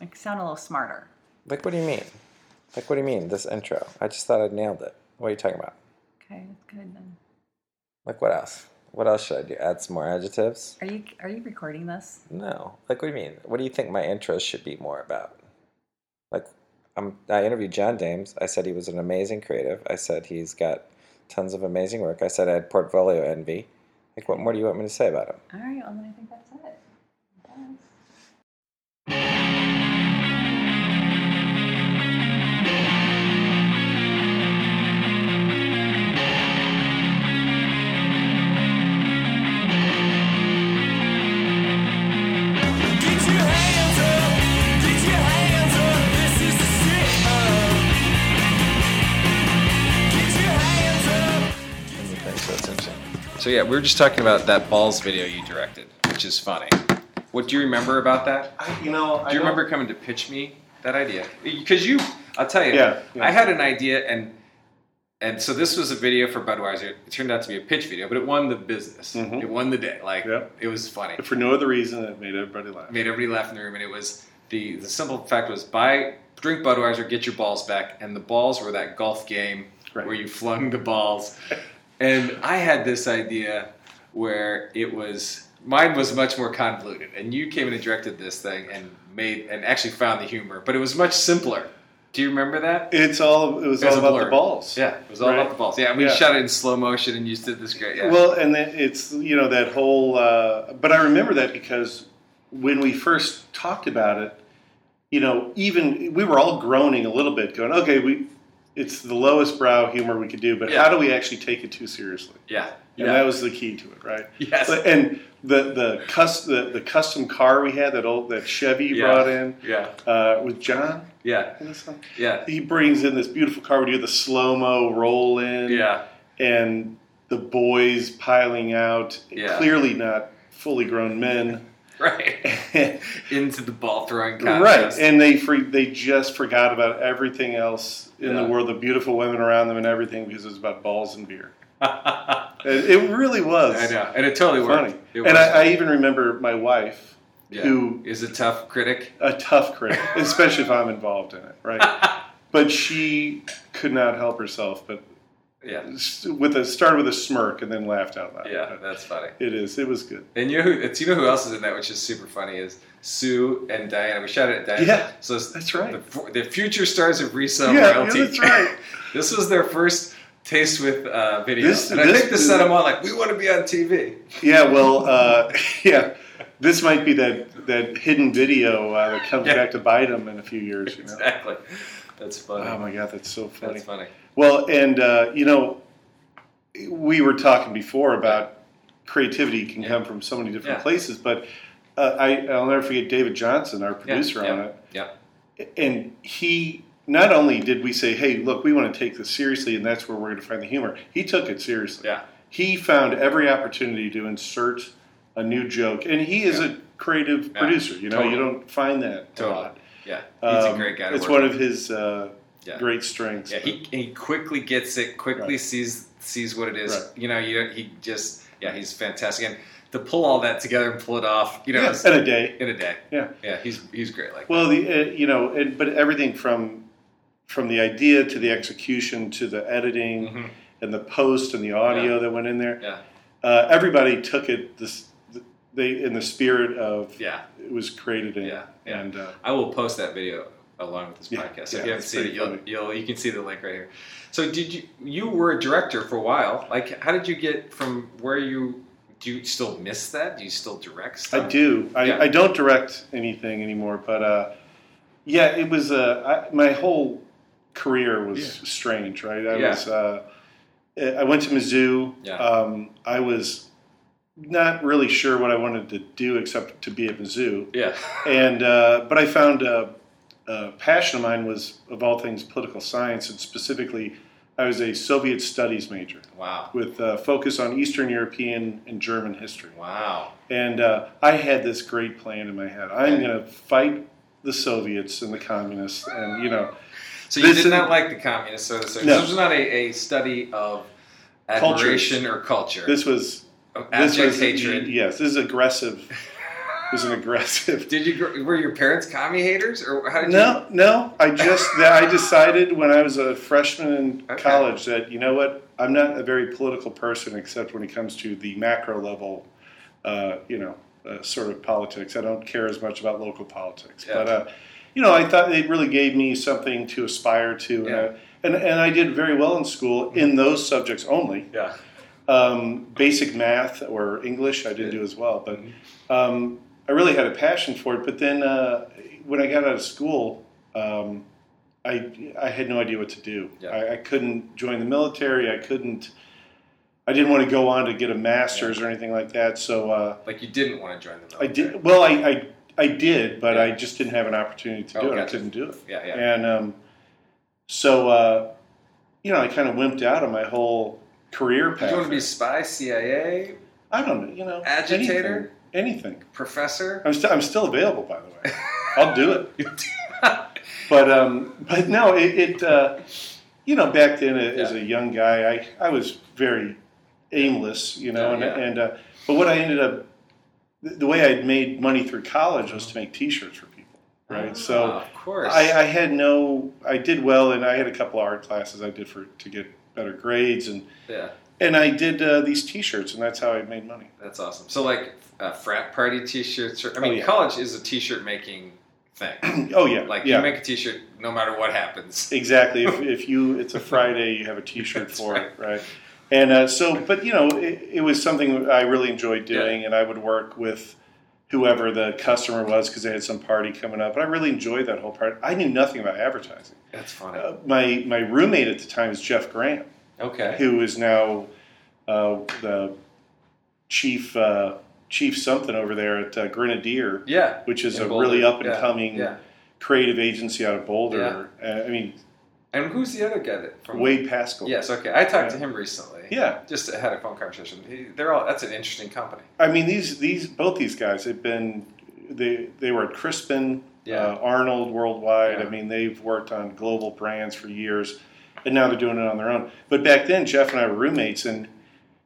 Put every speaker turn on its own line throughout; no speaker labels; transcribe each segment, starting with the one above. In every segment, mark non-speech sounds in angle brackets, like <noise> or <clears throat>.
Like, sound a little smarter.
Like, what do you mean? Like, what do you mean, this intro? I just thought I nailed it. What are you talking about?
Okay, that's good then.
Like, what else? What else should I do? Add some more adjectives?
Are you are you recording this?
No. Like, what do you mean? What do you think my intro should be more about? Like, I'm, I interviewed John Dames. I said he was an amazing creative. I said he's got tons of amazing work. I said I had portfolio envy. Like, what more do you want me to say about him?
All right, well then I think that's it. Yes.
Get your hands up, get your hands up, this is the signal. Get your hands up.
Thanks, so that's interesting. So yeah, we were just talking about that balls video you directed, which is funny. What do you remember about that?
I, you know, I
Do you
don't-
remember coming to pitch me that idea? Because you, I'll tell you,
Yeah, yeah.
I had an idea, and and so this was a video for Budweiser. It turned out to be a pitch video, but it won the business.
Mhm.
It won the day. Like
Yep.
it was funny.
For no other reason, it made everybody laugh.
Made everybody laugh in the room, and it was the the simple fact was buy drink Budweiser, get your balls back, and the balls were that golf game
Right.
where you flung the balls. And I had this idea where it was mine was much more convoluted, and you came in and directed this thing and made and actually found the humor, but it was much simpler. Do you remember that?
It's all. It was
It was
all
a
about
blur.
the balls.
Yeah, it was all about
Right.
the balls. Yeah, we
Yeah.
shot it in slow motion, and you did this great. Yeah.
Well, and then it's you know that whole. Uh, but I remember that because when we first talked about it, you know, even we were all groaning a little bit, going, "Okay, we." It's the lowest brow humor we could do, but
Yeah.
how do we actually take it too seriously?
yeah,
And that was the key to it, right?
Yes.
But- And the the, cus- the the custom car we had that old that Chevy
yeah.
brought in
Yeah,
uh, with John.
yeah,
in this one.
yeah,
He brings in this beautiful car. We do the slow mo roll in,
yeah. <laughs>
and the boys piling out.
Yeah.
Clearly not fully
<laughs>
grown men.
Right. into the ball throwing
right,
contest.
and they for, they just forgot about everything else in
Yeah.
the world, the beautiful women around them, and everything because it was about balls and
<laughs>
beer. It, it really was.
I know, and it totally
Funny,
worked. It
and I, I
worked.
even remember my wife,
Yeah.
who
is a tough critic.
a tough
<laughs>
critic, especially if I'm involved in it, right? but she could not help herself, but
Yeah,
s- with a started with a smirk and then laughed out loud.
yeah, that's funny.
it is. It was good.
And you know who? it's- You know who else is in that, which is super funny, is Sue and Diana. We shot it at Diana.
Yeah,
so it's
that's right.
The, fu- the future stars of resale
Yeah, yeah,
royalty.
that's right.
<laughs> this was their first taste with uh, video,
This-
and I
this-
think this set them on like we want to be on TV.
Yeah. Well. Uh, <laughs> yeah. This might be that that hidden video uh, that comes
Yeah.
back to bite them in a few years. You know?
Exactly. That's funny.
Oh my God, that's so funny.
that's funny.
Well, and uh, you know, we were talking before about creativity can
Yeah.
come from so many different
Yeah.
places, but uh, I, I'll never forget David Johnson, our
Yeah,
producer
yeah,
on it.
Yeah.
and he not only did we say, "Hey, look, we want to take this seriously," and that's where we're going to find the humor. He took it seriously.
Yeah.
He found every opportunity to insert a new joke, and he is a creative
Yeah.
producer. You know,
Totally.
you don't find that a
Totally.
lot.
Yeah. He's a
Um,
great guy. To
It's
work
one
with.
of his uh,
Yeah.
great strengths.
Yeah, he, he quickly gets it. Quickly
Right.
sees sees what it is.
Right.
You know, you, he just yeah, he's fantastic. And to pull all that together and pull it off, you know,
Yeah,
it's-
in a day.
in a day.
Yeah.
yeah, he's he's great. Like,
Well, the uh, you know, it, but everything from from the idea to the execution to the editing
Mhm.
and the post and the audio
Yeah.
that went in there.
yeah,
Uh, everybody took it this they in the spirit of
yeah.
it was created in.
Yeah, yeah.
And uh,
I will post that video along with this
Yeah,
podcast. So
yeah,
if you haven't
it's
seen it,
pretty
you'll,
funny.
you'll you can see the link right here. So did you you were a director for a while? Like, how did you get from where you do? You still miss that? Do you still direct? Stuff?
I do. I,
Yeah.
I don't direct anything anymore, but uh, yeah, it was uh, I, my whole career was
Yeah.
strange, right? I
Yeah.
was uh, I went to Mizzou.
Yeah.
Um, I was not really sure what I wanted to do except to be at Mizzou,
Yeah,
and uh, but I found a, a passion of mine was of all things political science, and specifically, I was a Soviet studies major.
wow,
with a focus on Eastern European and German history.
wow,
And uh, I had this great plan in my head. I'm
Yeah.
going to fight the Soviets and the communists, and you know,
So you
This
did
is-
not like the communists. So, so
No.
this was not a, a study of
Cultures.
admiration or culture.
this was
of
this
abject
was
hatred.
Yes, this is aggressive was an aggressive.
Did you? gr- Were your parents commie haters, or how did you?
No, no. I just that I decided when I was a freshman in
Okay.
college that you know what I'm not a very political person except when it comes to the macro level, uh, you know, uh, sort of politics. I don't care as much about local politics,
Yeah.
but uh, you know, I thought it really gave me something to aspire to,
Yeah. Mm-hmm.
and, I, and and I did very well in school in those subjects only.
Yeah.
Um, basic math or English, I did do as well, but
Mm-hmm.
um, I really had a passion for it. But then uh, when I got out of school, um, I I had no idea what to do.
Yeah.
I, I couldn't join the military. I couldn't. I didn't want to go on to get a master's or anything like that. So uh,
Like you didn't want to join the
I
military.
did. Well, I I, I did, but I
Yeah.
just didn't have an opportunity to
Oh,
do it. I
gotcha.
couldn't do it.
Yeah, yeah.
And um, so uh, you know, I kind of wimped out on my whole career
Did
path.
you want to be spy, CIA,
I don't know. You know,
Agitator?
Anything. anything.
professor?
I'm still I'm still available, by the
<laughs>
way. I'll do it. But um, but no, it, it uh, you know back then a- as a young guy, I, I was very aimless, you know,
Yeah,
and
yeah.
and uh, but what I ended up the, the way I'd made money through college was to make T-shirts for people, right? so
Oh, of course.
I, I had no, I did well, and I had a couple of art classes I did for to get better grades, and
yeah,
and I did uh, these T-shirts, and that's how I made money.
that's awesome. So like uh, frat party T-shirts. Or, I mean,
Oh, yeah.
college is a T-shirt making
<clears throat>
thing.
Oh yeah,
like
yeah.
you make a T-shirt no matter what happens.
Exactly.
<laughs>
If, if you, it's a Friday, you have a T-shirt
That's
for it, right? And uh, so, but you know, it, it was something I really enjoyed doing, and I would work with whoever the customer was because they had some party coming up. And I really enjoyed that whole part. I knew nothing about advertising.
That's funny.
Uh, my my roommate at the time is Jeff Graham,
okay.
who is now uh, the chief uh, chief something over there at uh, Grenadier,
Yeah.
which is
In
a
Boulder.
really up and
Yeah,
coming
Yeah.
creative agency out of Boulder. Uh, I mean,
And who's the other guy that from?
Wade Pascal.
Yes. Okay. I talked to
Yeah.
him recently.
Yeah,
Just had a phone conversation. He, they're all. That's an interesting company.
I mean these these both these guys have been they they were at Crispin,
Yeah.
uh, Arnold worldwide.
Yeah.
I mean they've worked on global brands for years, and now they're doing it on their own. But back then Jeff and I were roommates, and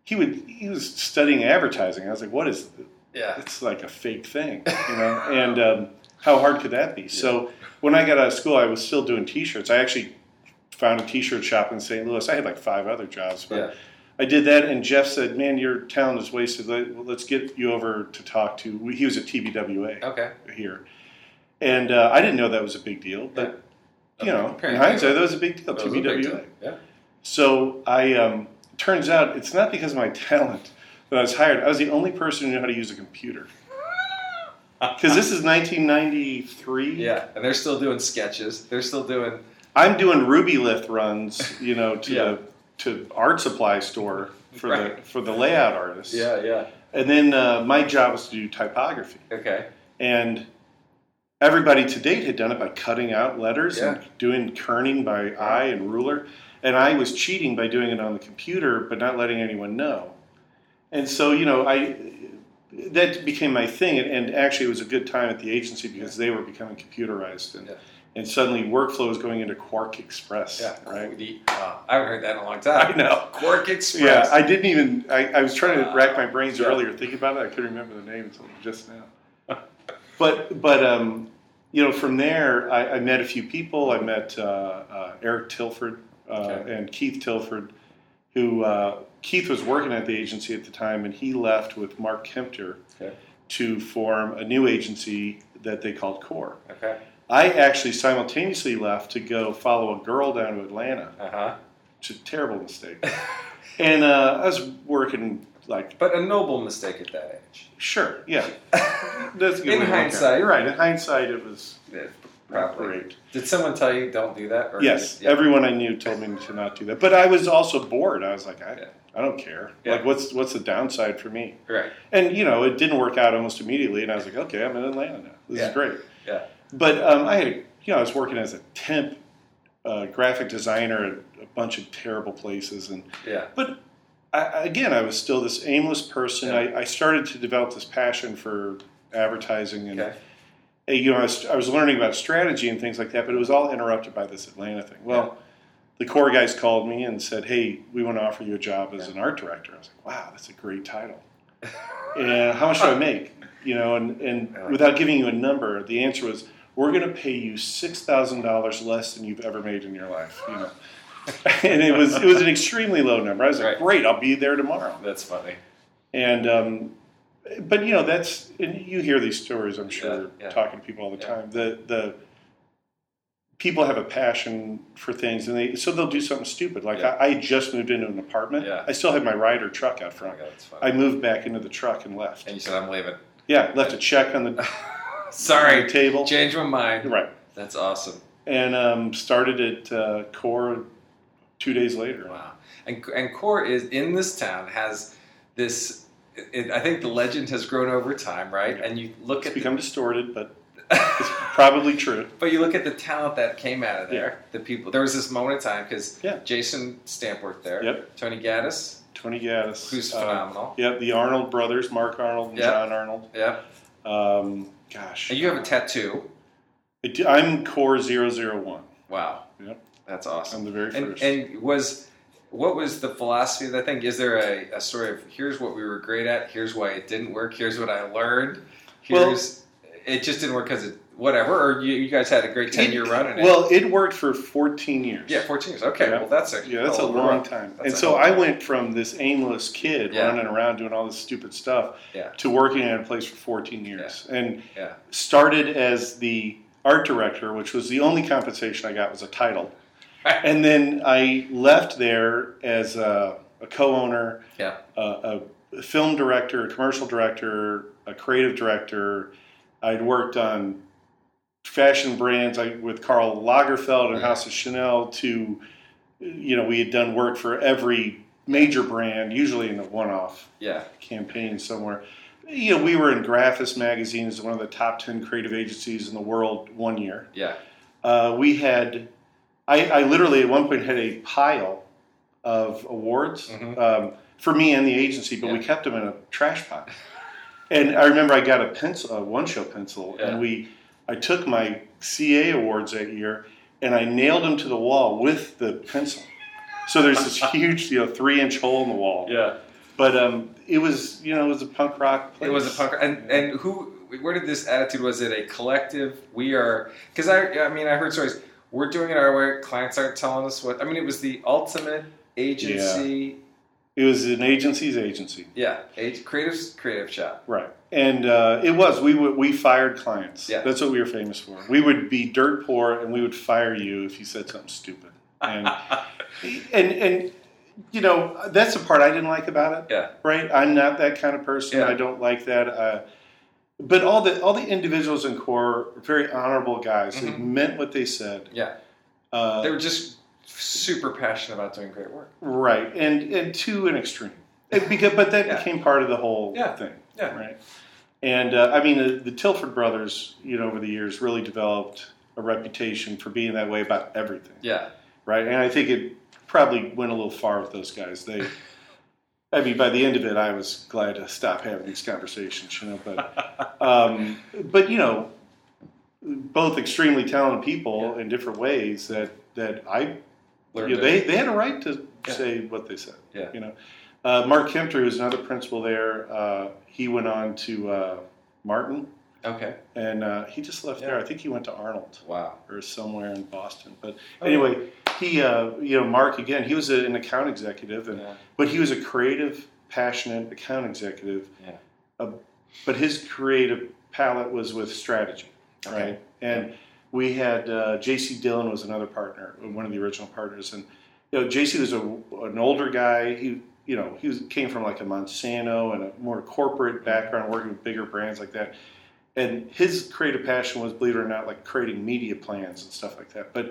he would he was studying advertising. I was like, what is
Yeah.
it's like a fake thing, you
<laughs>
know? and um, how hard could that be? So when I got out of school, I was still doing T-shirts. I actually found a T-shirt shop in St. Louis. I had like five other jobs, but
Yeah.
I did that. And Jeff said, "Man, your talent is wasted. Let- well, Let's get you over to talk to." we- He was at TBWA
Okay.
here, and uh, I didn't know that was a big deal, but you know, in
Apparently.
hindsight, that was a big deal.
That was a big
TBWA.
deal. Yeah.
So I um, turns out it's not because of my <laughs> talent that I was hired. I was the only person who knew how to use a
<laughs>
computer. Because this is 1993.
Yeah, and they're still doing sketches. They're still doing
I'm doing Ruby Lith runs, you know, to
<laughs> Yeah.
the to art supply store for the
Right.
for the layout artists.
yeah.
And then uh, my job was to do typography,
Okay.
and everybody to date had done it by cutting out letters
Yeah.
and doing kerning by eye and ruler. And I was cheating by doing it on the computer, but not letting anyone know. And so, you know, I that became my thing. And, and actually, it was a good time at the agency because they were becoming computerized, and,
Yeah.
and suddenly workflow was going into Quark Express,
Yeah.
right?
The- uh, I haven't heard that in a long time.
<laughs> I know.
Quark Express.
Yeah, I didn't even. I, I was trying to
Uh,
rack my brains
yeah.
earlier thinking about it. I couldn't remember the name until just now. <laughs> but but um, you know, from there, I, I met a few people. I met uh, uh, Eric Tilford uh,
Okay.
and Keith Tilford, who uh, Keith was working at the agency at the time, and he left with Mark Kempter
Okay.
to form a new agency that they called Core.
okay.
I actually simultaneously left to go follow a girl down to Atlanta
Uh huh.
it's a terrible mistake. and uh, I was working like
But a noble mistake at that age.
sure, yeah. That's a good
In
way to look at it.
hindsight.
you're right. In hindsight, it was
Yeah,
not
Probably.
great.
Did someone tell you don't do that? Or
Yes,
Yeah.
everyone I knew told me to not do that, but I was also bored. I was like, I,
Yeah.
I don't care.
Yeah.
Like, what's what's the downside for me?
right.
And you know, it didn't work out almost immediately, and I was like, okay, I'm in Atlanta now. This
Yeah.
is great.
Yeah.
But um, I had, a- you know, I was working as a temp uh, graphic designer at a bunch of terrible places, and
Yeah.
But I, I- again, I was still this aimless person. I, I started to develop this passion for advertising, and
Okay.
uh, you know, I was, I was learning about strategy and things like that. But it was all interrupted by this Atlanta thing. Well, the core guys called me and said, "Hey, we want to offer
<laughs>
you a job as an art director." I was like, "Wow, that's a great title." and how much do I make? you know, and, and
I like
without giving you a number, the answer was, we're going to pay you six thousand dollars less than you've ever made in your life. You know, <laughs> and it was it was an extremely low number. I was like,
Right.
great, I'll be there tomorrow.
That's funny.
And um, but you know, that's and you hear these stories. I'm sure
Yeah, yeah.
talking to people all the
Yeah.
time. The the people have a passion for things, and they so they'll do something stupid. Like
Yeah.
I, I just moved into an apartment.
Yeah.
I still had my rider truck out
Oh my
front.
god, that's funny.
I moved back into the truck and left.
and you said I'm leaving.
Yeah, left a check on the
<laughs> Sorry,
table.
Change my mind.
right,
That's awesome.
and um, started at uh, Core two days later.
Wow. And and Core is in this town has this. It, I think the legend has grown over time, right?
Yeah.
And you look
It's
at
become distorted, but
<laughs>
it's
the,
probably true.
But you look at the talent that came out of there. The people. There was this moment in time because
Yeah.
Jason Stampworth there,
Yep.
Tony Gaddis,
Tony Gaddis,
who's
uh,
phenomenal.
Yep, the Arnold brothers, Mark Arnold and
Yeah.
John Arnold.
Yeah.
Um, gosh.
And you have a tattoo.
It- I'm core 001.
Wow.
Yep.
That's
I'm
awesome.
the very
And,
first.
and was what was the philosophy of that thing? Is there a, a story of here's what we were great at, here's why it didn't work, here's what I learned,
Well-
here's it just didn't work because it whatever, or you, you guys had a great ten year
It-
run in it.
Well, it worked for 14 years.
yeah, fourteen years. Okay,
Yeah.
well that's a
Yeah, that's a
hell of
long
run.
time.
That's
and
a
so
hell of a
I
run.
went from this aimless kid
Yeah.
running around doing all this stupid stuff
Yeah.
to working at a place for 14 years and
Yeah.
started as the art director, which was the only compensation I got was a title. and then I left there as a, a co-owner,
Yeah.
a, a film director, a commercial director, a creative director. I'd worked on fashion brands I, with Karl Lagerfeld and House of Chanel to, you know, we had done work for every major brand, usually in a one-off
Yeah.
campaign somewhere. You know, we were in Graphis magazine as one of the top 10 creative agencies in the world one year
Yeah.
uh, we had I, I literally at one point had a pile of awards
Mhm.
um, for me and the agency but we
Yeah.
kept them in a trash pile and i remember i got a pencil a one show pencil
Yeah.
and we i took my ca awards that year and i nailed them to the wall with the pencil so there's
<laughs>
this huge you know three inch hole in the wall
Yeah.
but um, it was you know it was a punk rock place.
It was a punk, and and who? Where did this attitude? Was it a collective? We are because I I mean I heard stories. We're doing it our way. Clients aren't telling us what. I mean, it was the ultimate agency.
it was an agency's agency
Yeah, ag- creative creative shop.
Right. And uh, it was we would, we fired clients.
Yeah.
That's what we were famous for. We would be dirt poor, and we would fire you if you said something stupid.
<laughs>
And and and you know that's the part I didn't like about it.
Yeah.
Right. I'm not that kind of person.
Yeah.
I don't like that. Uh, but all the all the individuals in core are very honorable guys. They
Mhm.
meant what they said.
Yeah.
Uh,
They were just super passionate about doing great work.
Right, and and to an extreme, It beca- but that
Yeah.
became part of the whole
Yeah.
thing.
Yeah.
Right, and uh, I mean the, the Tilford brothers, you know, over the years, really developed a reputation for being that way about everything.
Yeah,
Right, and I think it probably went a little far with those guys. They, I mean, by the end of it, I was glad to stop having these conversations, you know.
<laughs>
But, um, but you know, both extremely talented people in different ways that that I
Learned
yeah,
it.
they, they had a right to
Yeah.
say what they said.
Yeah.
You know, uh, Mark Kempter, who's another principal there, uh, he went on to uh, Martin,
okay.
and uh, he just left
Yeah.
there. I think he went to Arnold
Wow.
or somewhere in Boston. But
Oh,
anyway, he, uh, you know, Mark again, he was a, an account executive, and
Yeah.
but he was a creative, passionate account executive.
Yeah.
Uh, but his creative palette was with strategy,
Okay.
right? And we had uh, J.C. Dillon was another partner, one of the original partners, and you know J.C. was a, an older guy. He you know he was, came from like a Monsanto and a more
Mm-hmm.
corporate background, working with bigger brands like that. And his creative passion was, believe it or not, like creating media plans and stuff like that. But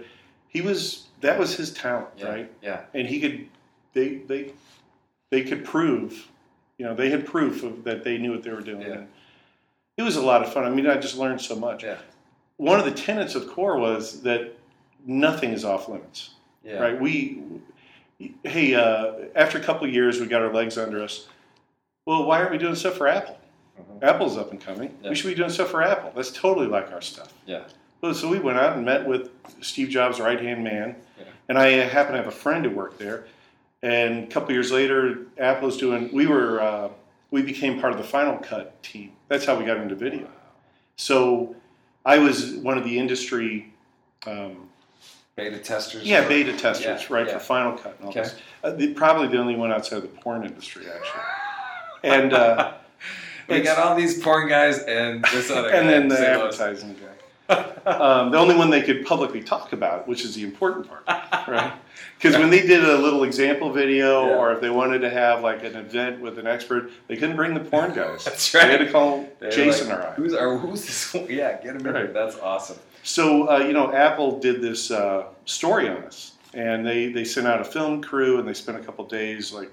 he was that was his talent,
Yeah.
right?
Yeah.
and he could they they they could prove you know they had proof of that they knew what they were doing
Yeah.
it was a lot of fun i mean i just learned so much
Yeah.
one of the tenets of core was that nothing is off limits
Yeah.
right we hey uh, after a couple of years we got our legs under us well why aren't we doing stuff for apple
Mhm.
apple's up and coming
Yeah.
we should be doing stuff for apple that's totally like our stuff
Yeah.
well, so we went out and met with Steve Jobs' right hand man,
Yeah.
and I happen to have a friend who worked there. And a couple years later, Apple's doing. We were uh, we became part of the Final Cut team. That's how we got into video. So I was one of the industry, um,
Beta testers.
yeah,
or-
beta testers,
yeah,
right
yeah.
for Final Cut and all
Okay.
this. Uh, the, probably the only one outside of the porn industry,
<laughs>
actually. And uh,
We got all these porn guys and this other
<laughs>
guy.
and then the
Say,
advertising guy. um, the only one they could publicly talk about, which is the important part,
<laughs>
right? Because when they did a little example video,
Yeah.
or if they wanted to have like an event with an expert, they couldn't bring the porn guys.
<laughs> That's
They had
right.
to call
they're
Jason
like,
or I.
Who's or who's this? <laughs> one?" Yeah, get him in here.
Right.
That's awesome.
So uh, you know, Apple did this uh, story on us, and they they sent out a film crew, and they spent a couple days like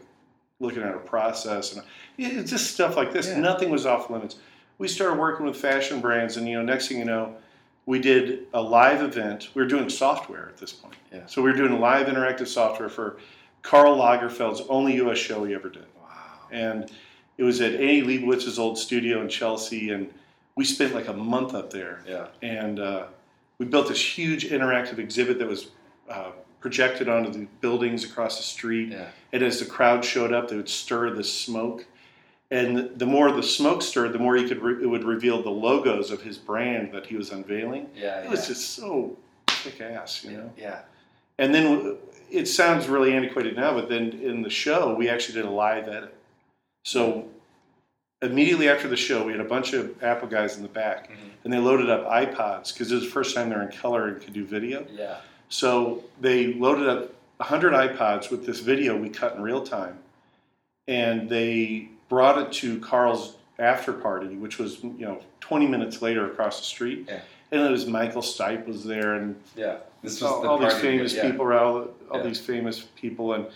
looking at a process, and it- it's just stuff like this.
Yeah.
Nothing was off limits. We started working with fashion brands, and you know, next thing you know, we did a live event. We were doing software at this point,
Yeah.
so we were doing live interactive software for Carl Lagerfeld's only U.S. show he ever did
Wow.
and it was at Annie Leibovitz's old studio in Chelsea, and we spent like a month up there,
Yeah.
and uh, we built this huge interactive exhibit that was uh, projected onto the buildings across the street.
Yeah.
And as the crowd showed up, they would stir the smoke, and the more the smoke stirred, the more you could re- it would reveal the logos of his brand that he was unveiling.
Yeah.
It
yeah.
was just so kick ass, you
yeah.
know.
yeah.
And then it sounds really antiquated now, but then in the show, we actually did a live edit. So immediately after the show, we had a bunch of Apple guys in the back,
Mhm.
and they loaded up iPods because it was the first time they're in color and could do video.
Yeah.
So they loaded up 100 iPods with this video we cut in real time, and they brought it to Carl's after party, which was you know 20 minutes later across the street.
Yeah.
And it was Michael Stipe was there, and
Yeah. This was
all,
the
all
party
these famous
yeah.
people around, all, all
Yeah.
these famous people, and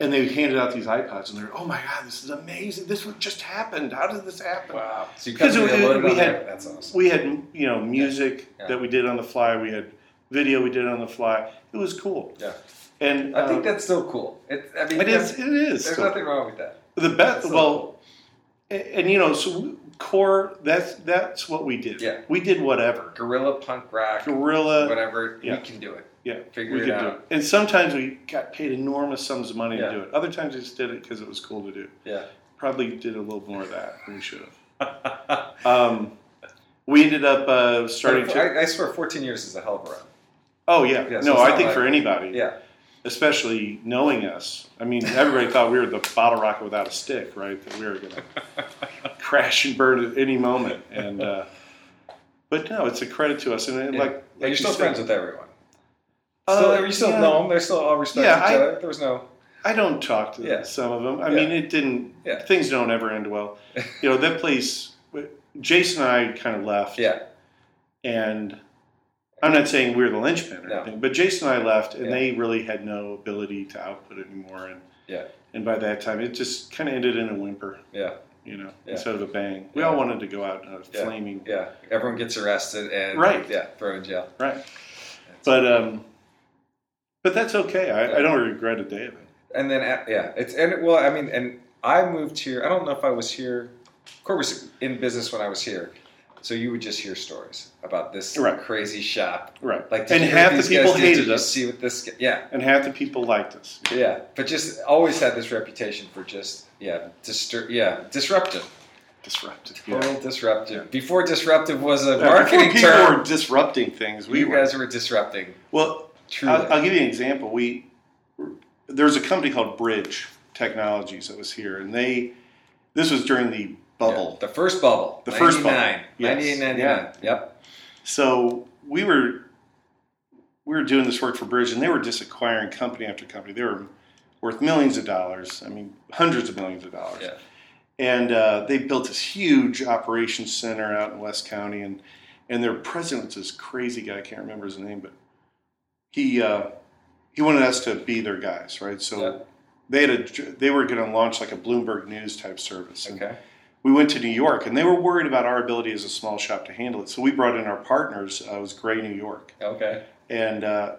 and they handed out these iPods, and they're, oh my god, this is amazing! This what just happened? How did this happen?
Wow. So you
'Cause
guys
we-
loaded
we
on
had-
there. That's awesome.
We had you know music
Yeah.
that we did on the fly. We had video we did on the fly. It was cool.
Yeah.
And
I think
um,
that's still cool. It, I mean,
it is.
that's-
It is
There's
cool.
nothing wrong with that.
the best.
that's so
Well, and, and you know, so we- core. That's that's what we did.
Yeah.
We did whatever.
Gorilla punk rock,
Gorilla.
whatever.
yeah.
We can do it.
Yeah,
Figure
we
it
could do
out.
it. And sometimes we got paid enormous sums of money
Yeah.
to do it. Other times we just did it because it was cool to do.
Yeah.
Probably did a little more of that than we should
<laughs>
have. um, we ended up uh, starting to.
I, I swear, 14 years is a hell of a run.
Oh yeah,
Yeah, so
no,
it's
I
not
think
like-
for anybody,
Yeah.
especially knowing us. I mean, everybody thought we were the bottle rocket without a stick, right? That we were
<laughs>
going to crash and burn at any moment. And uh, but no, it's a credit to us. And, and
Yeah.
like, like
And you're still
you said,
friends with everyone.
Uh,
Still, you still
yeah.
know them. They're still all respect
Yeah,
each
I-
other. There was no.
I don't talk to
Yeah.
some of them. I
Yeah.
mean, it didn't.
Yeah.
Things don't ever end well. You know that place. Jason and I kind of left.
Yeah.
And I'm not saying we're the linchpin or
No.
anything, but Jason and I left, and
Yeah.
they really had no ability to output anymore. And
Yeah.
And by that time, it just kind of ended in a whimper,
Yeah.
you know,
Yeah.
instead of a bang. We
Yeah.
all wanted to go out in a
Yeah.
flaming.
Yeah. Everyone gets arrested and.
Right.
Yeah. Thrown in jail.
Right. But um. But that's okay. I, I don't regret a day of it.
And then uh, yeah, it's and it- well, I mean, and I moved here. I don't know if I was here. Corey was in business when I was here, so you would just hear stories about this
Right.
crazy shop.
Right.
Like, did
and
you hear
half
what
the
these guys
people
did? Did
hated
you
us,
See what this? guy- Yeah,
and half the people liked us.
yeah. But just always had this reputation for just yeah, distur- yeah, disruptive,
Disrupted.
total disruptive. Before disruptive was a
Yeah,
marketing
before people
term,
were disrupting things. We
you
were.
guys were disrupting.
Well,
Truly.
I'll, I'll give you an example. We there's a company called Bridge Technologies that was here, and they this was during the bubble.
Yeah, the first bubble.
The first bubble.
99,
Yes.
98, 99. Yep.
So we were we were doing this work for Bridge, and they were just acquiring company after company. They were worth millions of dollars. I mean, hundreds of millions of dollars.
Yeah.
and uh, they built this huge operations center out in West County, and and their president was this crazy guy. I can't remember his name, but he uh, he wanted us to be their guys, right? So
Yeah.
they had a they were going to launch like a Bloomberg News type service. And
Okay.
we went to New York, and they were worried about our ability as a small shop to handle it. So we brought in our partners. Uh, it was Gray New York,
Okay.
and uh,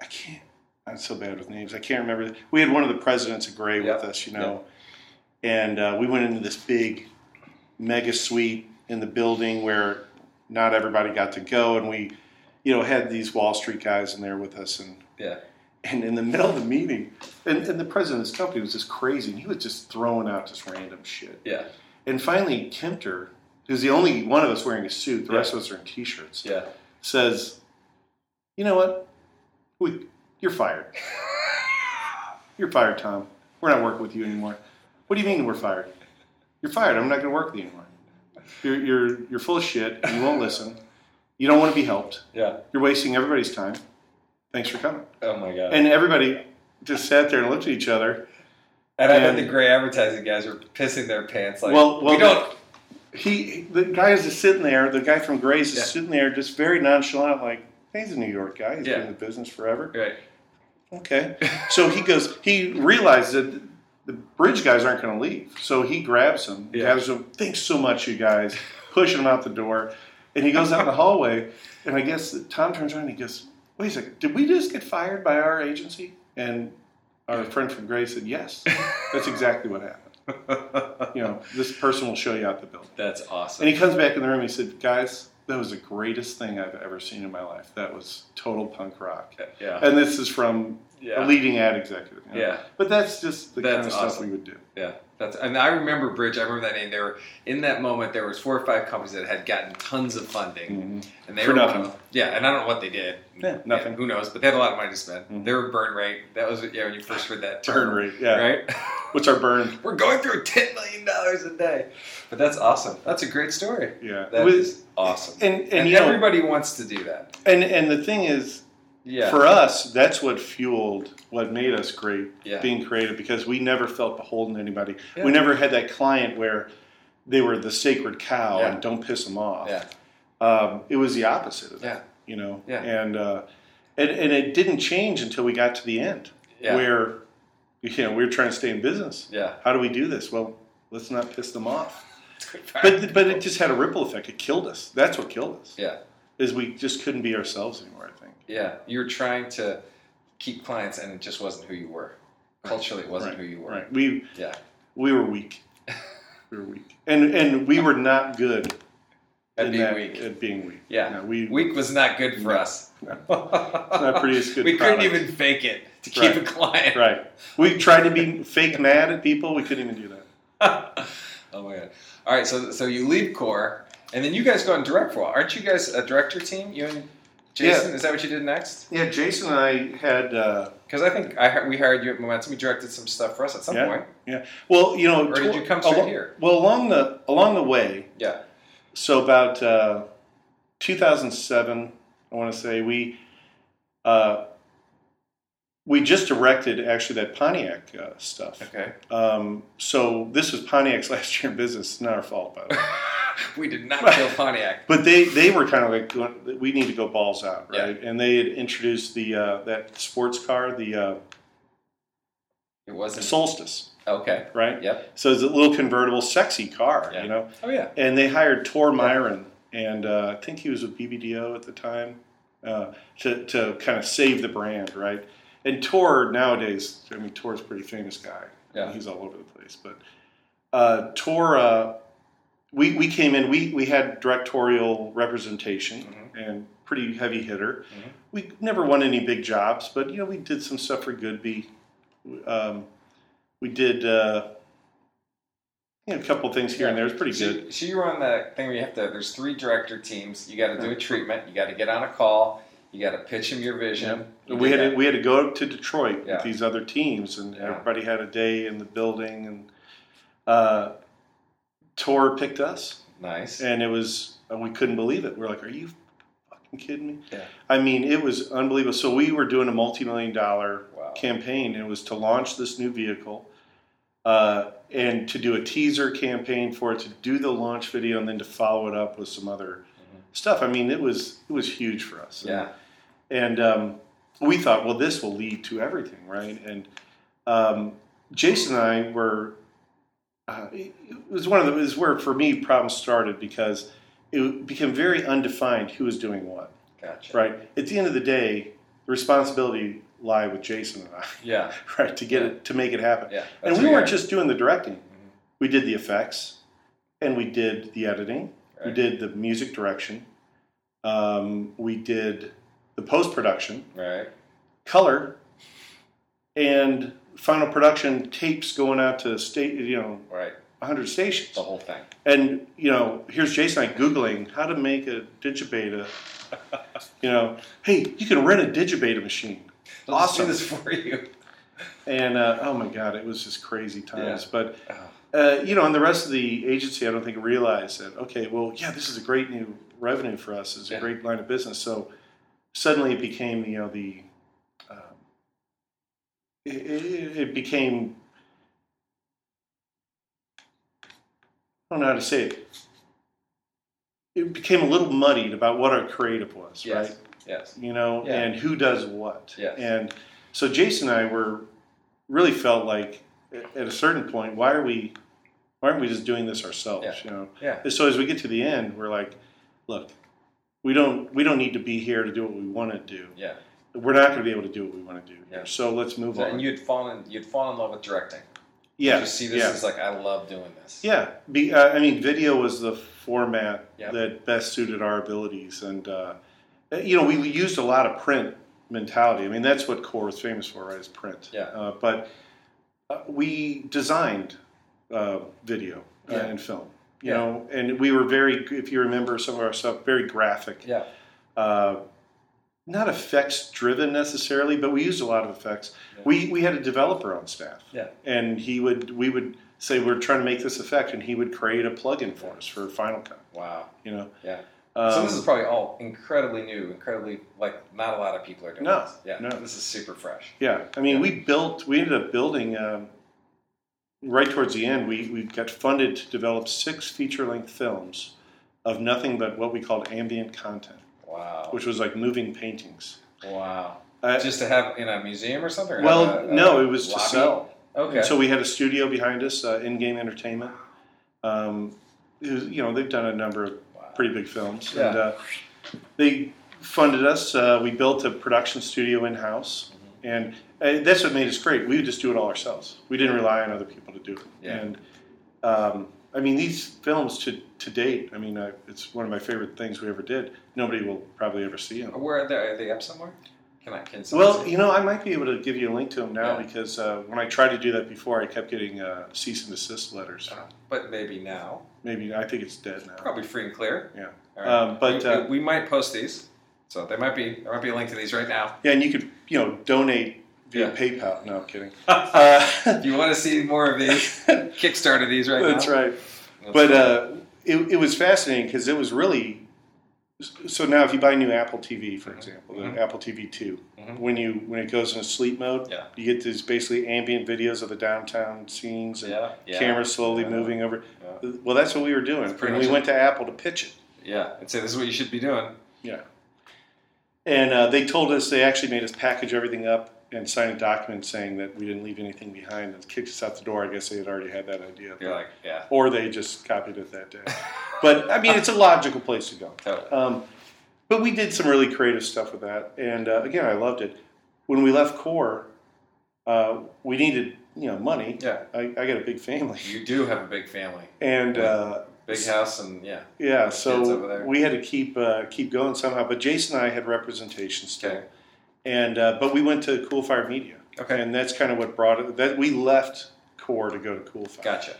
I can't. I'm so bad with names. I can't remember. We had one of the presidents of Gray
Yeah.
with us, you know, and uh, we went into this big mega suite in the building where not everybody got to go, and we, you know, had these Wall Street guys in there with us, and
Yeah.
And in the middle of the meeting, and, and the president of this company was just crazy, and he was just throwing out just random shit.
Yeah.
And finally, Kempter, who's the only one of us wearing a suit, the rest of us are in t-shirts,
Yeah.
says, "You know what? We, you're fired. you're fired, Tom. We're not working with you anymore. What do you mean we're fired? You're fired. I'm not going to work with you anymore. You're you're you're full of shit. and You won't listen. You don't want to be helped.
Yeah.
You're wasting everybody's time. Thanks for coming."
Oh my god. And,
And everybody just sat there and looked at each other.
I bet
and-
the gray advertising guys were pissing their pants like
Well- well,
we don't
he the guy is just sitting there. The guy from Gray's is
Yeah.
sitting there, just very nonchalant, like he's a New York guy. He's
Yeah.
been in the business forever.
right.
Okay, so he goes. He realizes that the bridge guys aren't going to leave, so he grabs him,
Yeah.
grabs him. Thanks so much, you guys, pushing him out the door, and he goes out the hallway. And I guess that Tom turns around and he goes, "Wait a second, did we just get fired by our agency?" And our friend from Gray said, "Yes, that's exactly what happened."
<laughs>
You know, this person will show you out the building.
That's awesome.
And he comes back in the room. He said, "Guys, that was the greatest thing I've ever seen in my life. That was total punk rock."
yeah.
And this is from a
yeah.
leading ad executive. you know?
Yeah.
But that's just the kind
That's
of stuff
awesome.
we would do.
Yeah, that's and I remember Bridge. I remember that name. There were in that moment there was four or five companies that had gotten tons of funding, and they
Mm. For
were
nothing.
one of- yeah, and I don't know what they did.
Yeah, nothing. Mm-hmm.
who knows? But they had a lot of money to spend. They were burn rate. That was yeah when you first heard that term,
Burn rate, yeah.
right. <laughs>
What's our burn?
we're going through ten million dollars a day, but that's awesome. That's a great story.
Yeah.
that is
With-
awesome.
And and, you know,
everybody wants to do that.
and and the thing is,
Yeah,
for us, that's what fueled what made us great.
Yeah.
Being creative because we never felt beholden to anybody.
Yeah.
We never had that client where they were the sacred cow
Yeah.
and don't piss them off.
yeah,
um, it was the opposite of
Yeah.
that, you know.
Yeah.
And uh, and and it didn't change until we got to the end,
Yeah.
where you know we were trying to stay in business.
yeah.
How do we do this? Well, let's not piss them off. But but it just had a ripple effect. It killed us. That's what killed us.
yeah.
Is we just couldn't be ourselves anymore. I think.
Yeah, you were trying to keep clients, and it just wasn't who you were. Culturally, it wasn't
right.
who you were.
Right. We
Yeah,
we were weak. we were weak, and and we were not good
that'd
in
be
that-
weak.
at being weak.
Yeah.
No, we
Weak was not good for
<laughs>
us.
not produce good
we
product.
couldn't even fake it to keep
Right.
a client.
right. We tried to be fake mad at people. We couldn't even do that.
Oh my god! All right, so so you leave core, and then you guys go and direct for a while. Aren't you guys a director team? You and Jason,
Yeah.
is that what you did next?
Yeah, Jason and I had uh,
Because I think I hi- we hired you at Momentum. You directed some stuff for us at some
yeah,
point.
yeah. Well, you know,
Or did you come
alo-
straight here?
Well, along the along the way,
Yeah,
so about uh, 2007, I want to say we uh, we just directed actually that Pontiac uh, stuff.
Okay.
Um, so this was Pontiac's <laughs> last year in business. It's not our fault, by the way.
<laughs> we did
<laughs>
not kill Pontiac.
But they, they were kind of like going, we need to go balls out, right? And they had introduced the uh, that sports car, the uh,
It wasn't
Solstice,
okay.
right?
Yep.
So it's a little convertible, sexy car,
Yeah.
you know.
Oh yeah.
And they hired Tor Myron, and uh, I think he was with BBDO at the time, uh, to to kind of save the brand, right? And Tor nowadays, I mean, Tor's a pretty famous guy.
Yeah.
He's all over the place, but uh, Tor. Uh, we, we came in, we, we had directorial representation
Mm-hmm.
and pretty heavy hitter. We never won any big jobs, but you know, we did some stuff for Goodby. Um, we did uh, you know, a couple things here and there. It was pretty
So,
good.
you- so you were on that thing where you have to. There's three director teams. You got to do a treatment. You got to get on a call. You got to pitch them your vision. You
we
did
had
that.
to, we had to go up to Detroit
Yeah.
with these other teams, and
Yeah.
everybody had a day in the building. And uh, Tor picked us,
nice.
and it was and we couldn't believe it. We are like, "Are you fucking kidding me?"
Yeah.
I mean, it was unbelievable. So we were doing a multi-million dollar
Wow.
campaign. It was to launch this new vehicle. Uh, and to do a teaser campaign for it, to do the launch video, and then to follow it up with some other stuff. I mean, it was it was huge for us.
Mm-hmm. yeah.
And um, we thought, well, this will lead to everything, right? And um, Jason and I were, uh, it it was one of the, it was where for me problems started because it became very undefined who was doing what,
Gotcha.
right? At the end of the day, the responsibility lie with Jason and I, <laughs>
Yeah.
right, to get it, to make it happen.
Yeah.
and
That's
we
what
weren't
you- Mm-hmm.
just doing the directing. We did the effects and we did the editing. We
Right.
did the music direction. Um, we did the post production
Right.
color, and final production tapes going out to state, you know,
Right.
100 stations.
The whole thing.
And you know, here's Jason and I googling how to make a digibeta. you know, hey, you can rent a digibeta machine.
They'll just do
Awesome.
this for you.
And uh, oh my God, it was just crazy times.
Oh.
But uh, you know, and the rest of the agency, I don't think realized that. Okay, well, yeah, this is a great new revenue for us. It's a
Yeah.
great line of business. So suddenly it became, you know, the um, it, it, it became. I don't know how to say it. It became a little muddied about what our creative was,
Yes.
right?
Yes.
you know,
Yeah.
and who does what.
Yes.
And so Jason and I were really felt like at at a certain point, why are we, why aren't we just doing this ourselves?
Yeah.
You know.
Yeah.
And so as we get to the end, we're like, look, we don't we don't need to be here to do what we want to do.
Yeah.
We're not going to be able to do what we want to do.
Yeah.
So let's move
So-
on.
and you'd fallen you'd fallen in love with directing.
yeah.
You see this
yeah.
as like I love doing this.
Yeah, be, uh, I mean, video was the format
Yeah.
that best suited our abilities, and uh, you know, we used a lot of print mentality. I mean, that's what Core was famous for, right? Is print.
Yeah.
Uh, but uh, we designed uh, video uh,
Yeah.
and film. You
Yeah.
know, and we were very, if you remember some of our stuff, very graphic.
Yeah.
Uh, not effects driven necessarily, but we used a lot of effects.
Yeah.
We we had a developer on staff
Yeah.
and he would we would say we're trying to make this effect and he would create a plugin for us for final cut
Wow.
you know
Yeah.
um,
so this is probably all incredibly new, incredibly like not a lot of people are doing
No,
this. Yeah.
no.
This is super fresh.
yeah i mean
Yeah.
we built we ended up building um, right towards the end we, we got funded to develop six feature-length films of nothing but what we called ambient content
Wow.
which was like moving paintings
wow.
uh,
Just to have in a museum or something? Or
Well,
have a- a
no, it was to
lobby?
sell.
Okay.
so we had a studio behind us uh, in-game entertainment um, it was- you know they've done a number of
Wow.
pretty big films.
Yeah.
And uh, they funded us. Uh, we built a production studio in house,
Mm-hmm.
and uh, that's what made us great. We would just do it all ourselves. We didn't rely on other people to do it.
Yeah.
And um, I mean, these films to to date. I mean, I, it's one of my favorite things we ever did. Nobody will probably ever see them.
Where are they? Are they up somewhere? Can I? Can someone
Well,
see?
you know, I might be able to give you a link to them now
Yeah.
because uh, when I tried to do that before, I kept getting uh, cease and desist letters.
but maybe now,
Maybe I think it's dead now.
Oh. probably free and clear.
Yeah.
All right.
Um, but,
We-
uh,
we, we might post these, so there might be there might be a link to these right now.
Yeah, and you could, you know, donate via
Yeah.
PayPal. No, I'm
<laughs>
kidding. Uh,
If you want to see more of these, Kickstarter these right
<laughs> that's
now.
right.
That's
But
cool.
uh, it, it was fascinating because it was really. So now, if you buy a new Apple TV, for example, the
Mhm.
Apple TV 2
Mhm.
when you when it goes into sleep mode,
Yeah.
you get these basically ambient videos of the downtown scenes and
yeah, yeah,
cameras slowly
Yeah.
moving over.
Yeah.
Well, that's what we were doing.
That's pretty
And we
much
went to Apple to pitch it.
yeah, and say this is what you should be doing.
Yeah. And uh, they told us they actually made us package everything up and sign a document saying that we didn't leave anything behind and kicked us out the door. I guess they had already had that idea.
You're like, yeah,
or they just copied it that day. but I mean, it's a logical place to go.
totally.
Um, but we did some really creative stuff with that, and uh, again, I loved it. When we left Core, uh, we needed you know money.
Yeah.
I, I got a big family,
You do have a big family,
and uh,
big house, and yeah,
yeah,
Kids over
so
there.
we had to keep uh, keep going somehow. But Jason and I had representation still,
okay,
and uh, but we went to Cool Fire Media,
okay,
and that's kind of what brought it. That we left Core to go to Cool Fire.
gotcha,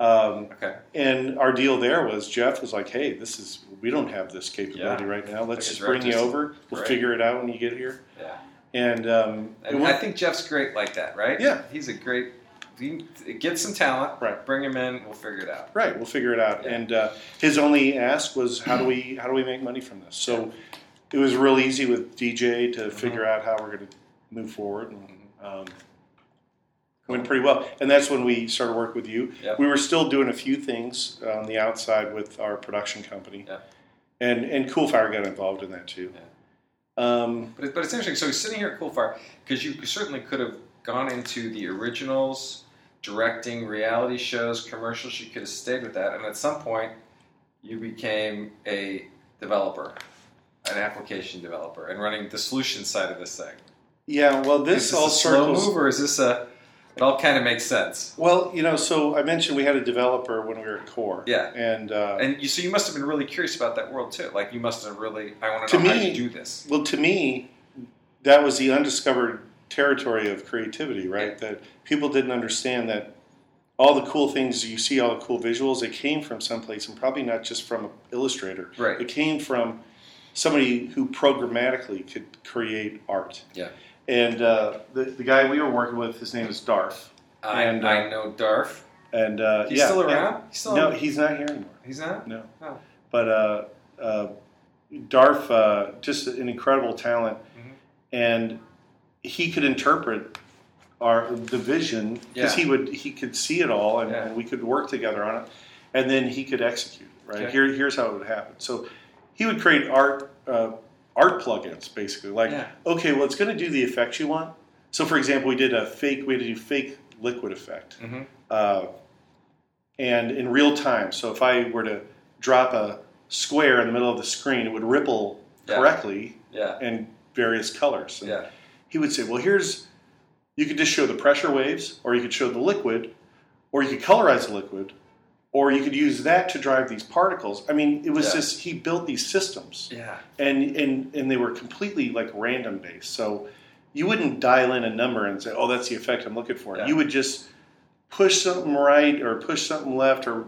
Um,
okay,
And our deal there was Jeff was like, "Hey, this is we don't have this capability right now. Let's
Like a
just bring you
director's-
over. We'll
right.
figure it out when you get here."
yeah.
And, um, it
And I
went-
think Jeff's great like that, right?
Yeah.
he's a great. you Get some talent,
Right.
Bring him in, we'll figure it out.
right, we'll figure it out.
Yeah.
And uh, his only ask was, "How do we how do we make money from this?" So it was real easy with DJ
Mm-hmm.
to figure out how we're going to move forward, and um, went pretty well. And that's when we started work with you.
Yep.
We were still doing a few things on the outside with our production company,
Yeah.
and and Cool Fire got involved in that too. Um,
But, it, but it's interesting. So he's sitting here at Cool Fire because you certainly could have gone into the originals, directing reality shows, commercials. You could have stayed with that, and at some point, you became a developer, an application developer, and running the solution side of this thing.
Yeah, well,
is
this
this
all
a slow
circles.
move, or is this a? It all kind of makes sense.
Well, you know, so I mentioned we had a developer when we were at Core.
Yeah.
And, uh,
And you, so you must have been really curious about that world too. Like you must have really. I want
To
to know how
me-
you do this.
well, to me, that was the undiscovered territory of creativity, right? That people didn't understand that all the cool things you see, all the cool visuals, it came from someplace, and probably not just from an illustrator.
Right.
It came from somebody who programmatically could create art.
Yeah.
And uh, the, the guy we were working with, his name is Darf,
I,
And, uh,
I know Darf.
and uh,
He's
yeah,
still
and-
around. He's still
no, he's not here anymore.
he's not.
No.
Oh.
But uh, uh, Darf, uh, just an incredible talent,
Mhm.
and he could interpret our the vision because
Yeah.
he would he could see it all, and,
Yeah.
and we could work together on it, and then he could execute. it, Right
Okay.
here, here's how it would happen. So he would create art uh, art plugins, basically. Like,
Yeah.
okay, well, it's going to do the effects you want. So, for example, we did a fake. We had to do fake liquid effect
Mhm.
uh, and in real time. So if I were to drop a square in the middle of the screen, it would ripple
Yeah.
correctly
Yeah.
in various colors. And
Yeah.
He would say, "Well, here's you could just show the pressure waves, or you could show the liquid, or you could colorize the liquid." Or you could use that to drive these particles. I mean, it was
Yeah.
just he built these systems
Yeah.
and and and they were completely like random based. So you wouldn't dial in a number and say, "Oh, that's the effect I'm looking for."
Yeah.
You would just push something right or push something left or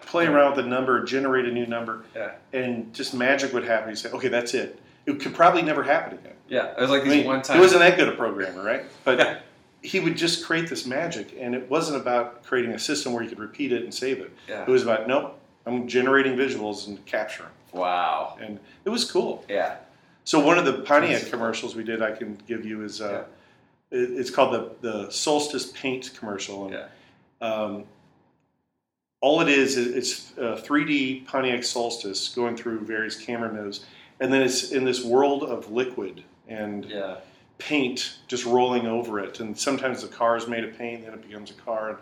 play around with a number, generate a new number,
Yeah.
and just magic would happen. You say, "Okay, that's it." It could probably never happen again.
Yeah. It was like
I
these
mean,
one
it
time.
wasn't that good a programmer, right?
Yeah.
But he would just create this magic, and it wasn't about creating a system where you could repeat it and save it.
Yeah.
It was about nope, I'm generating visuals and capture 'em."
Wow.
and it was cool.
Yeah.
So one of the Pontiac commercials we did, I can give you is uh, it- it's called the the Solstice Paint commercial, and um, all it is is it's uh, 3D Pontiac Solstice going through various camera moves, and then it's in this world of liquid and
Yeah.
paint just rolling over it, and sometimes the car is made of paint, then it becomes a car.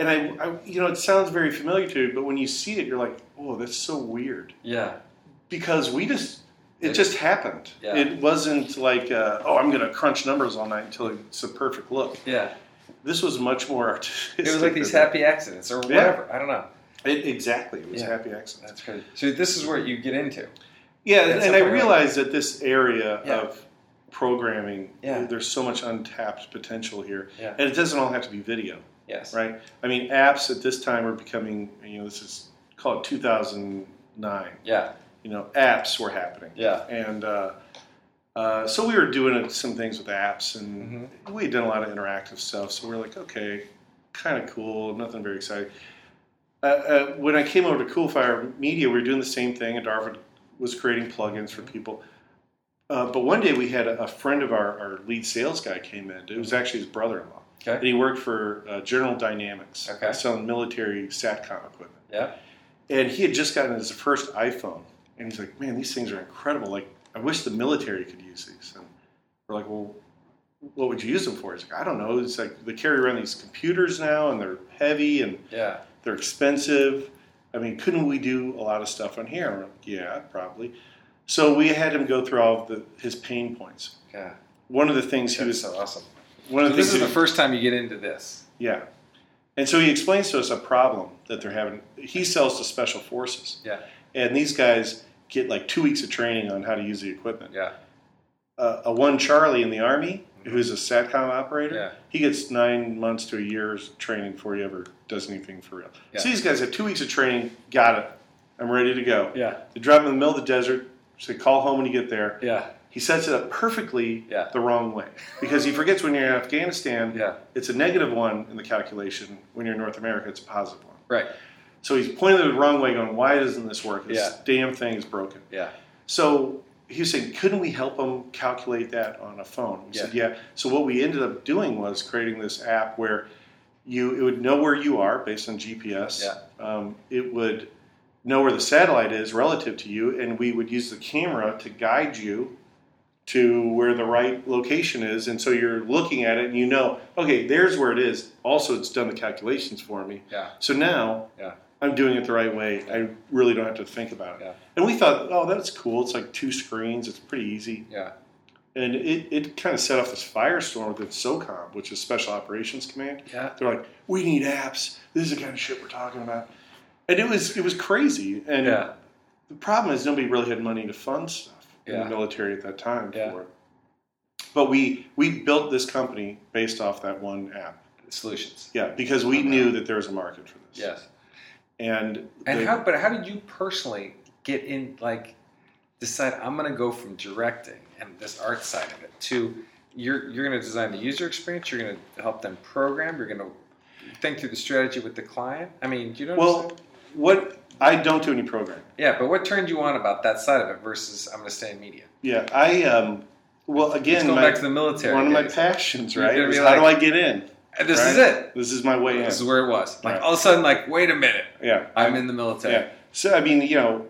And I, I, you know, it sounds very familiar to you, but when you see it, you're like, "Oh, that's so weird."
Yeah.
because we just it
It-
just happened.
Yeah.
It wasn't like uh, oh, I'm going to crunch numbers all night until it's a perfect look.
Yeah.
<laughs> This was much more <laughs> artistic.
It was like these
than-
happy accidents or
Yeah.
whatever. I don't know.
It- exactly, it was
Yeah.
happy accidents.
That's crazy. So this is what you get into.
Yeah,
Yeah,
and,
something
I
like-
realized that this area
Yeah.
of programming,
Yeah.
there's so much untapped potential here,
Yeah.
and it doesn't all have to be video,
Yes.
right? I mean, apps at this time are becoming. You know, this is called 2009.
Yeah.
You know, apps were happening.
Yeah.
and uh, uh, so we were doing some things with apps and
Mm-hmm.
we had done a lot of interactive stuff so we are like okay kind of cool nothing very exciting uh, uh, when i came over to cool fire media we were doing the same thing and darwin was creating plugins for
Mm-hmm.
people uh, but one day we had a, a friend of our, our lead sales guy came in it was actually his brother-in-law and
Mm-hmm. Okay.
he worked for uh, general dynamics
Okay.
selling military satcom equipment
Yeah.
and he had just gotten his first iPhone, and he's like, "Man, these things are incredible! Like, I wish the military could use these." And we're like, "Well, what would you use them for?" He's like, "I don't know. It's like they carry around these computers now, and they're heavy and
Yeah.
they're expensive. I mean, couldn't we do a lot of stuff on here?" And we're like, "Yeah, probably." So we had him go through all of the, his pain points.
Yeah.
One of the things he
That was
was
so awesome.
one of the
So this
things
is
he-
the first time you get into this.
yeah. And so he explains to us a problem that they're having. He sells to special forces.
Yeah.
And these guys get like two weeks of training on how to use the equipment.
Yeah. Mm-hmm.
Uh, a one Charlie in the Army, who's a SATCOM operator,
Yeah.
he gets nine months to a year's training before he ever does anything for real.
Yeah.
So these guys have two weeks of training, got it. I'm ready to go.
Yeah.
They drive him in the middle of the desert, say, call home when you get there.
Yeah.
He sets it up perfectly
Yeah.
the wrong way because he forgets when you're in Afghanistan,
Yeah.
it's a negative one in the calculation. When you're in North America, it's a positive one.
Right.
So he's pointed it the wrong way, going, "Why doesn't this work? This
Yeah.
damn thing is broken."
Yeah.
So he was saying, "Couldn't we help him calculate that on a phone?" We said, "Yeah." So what we ended up doing was creating this app where you it would know where you are based on GPS.
Yeah.
Um, it would know where the satellite is relative to you, and we would use the camera to guide you to where the right location is. And so you're looking at it, and you know, okay, there's where it is. Also, it's done the calculations for me.
Yeah.
So now
Yeah.
I'm doing it the right way. I really don't have to think about it.
Yeah.
And we thought, oh, that's cool. It's like two screens. It's pretty easy.
Yeah.
And it, it kind of set off this firestorm within SOCOM, which is Special Operations Command.
Yeah.
They're like, we need apps. This is the kind of shit we're talking about. And it was it was crazy. And
Yeah.
the problem is nobody really had money to fund stuff in
Yeah.
the military at that time
Yeah.
for it. But we we built this company based off that one app.
solutions.
Yeah, because we
Okay.
knew that there was a market for this.
Yes.
And
And
the-
how? But how did you personally get in? Like, decide I'm going to go from directing and this art side of it to you're you're going to design the user experience. You're going to help them program. You're going to think through the strategy with the client. I mean, do you know? what I'm
well,
saying?
what I don't do any programming.
yeah. But what turned you on about that side of it versus I'm going to stay in media?
Yeah, I um. Well,
Let's
again,
go
my-
back to the military.
one of my
days.
passions,
You're
right?
gonna
is
be
how do I
like-
get in?
And this is
right?
it.
This is my way in.
This is where it was. Like
Right.
all of a sudden, like wait a minute,
yeah,
I'm in the military.
yeah. So I mean, you know,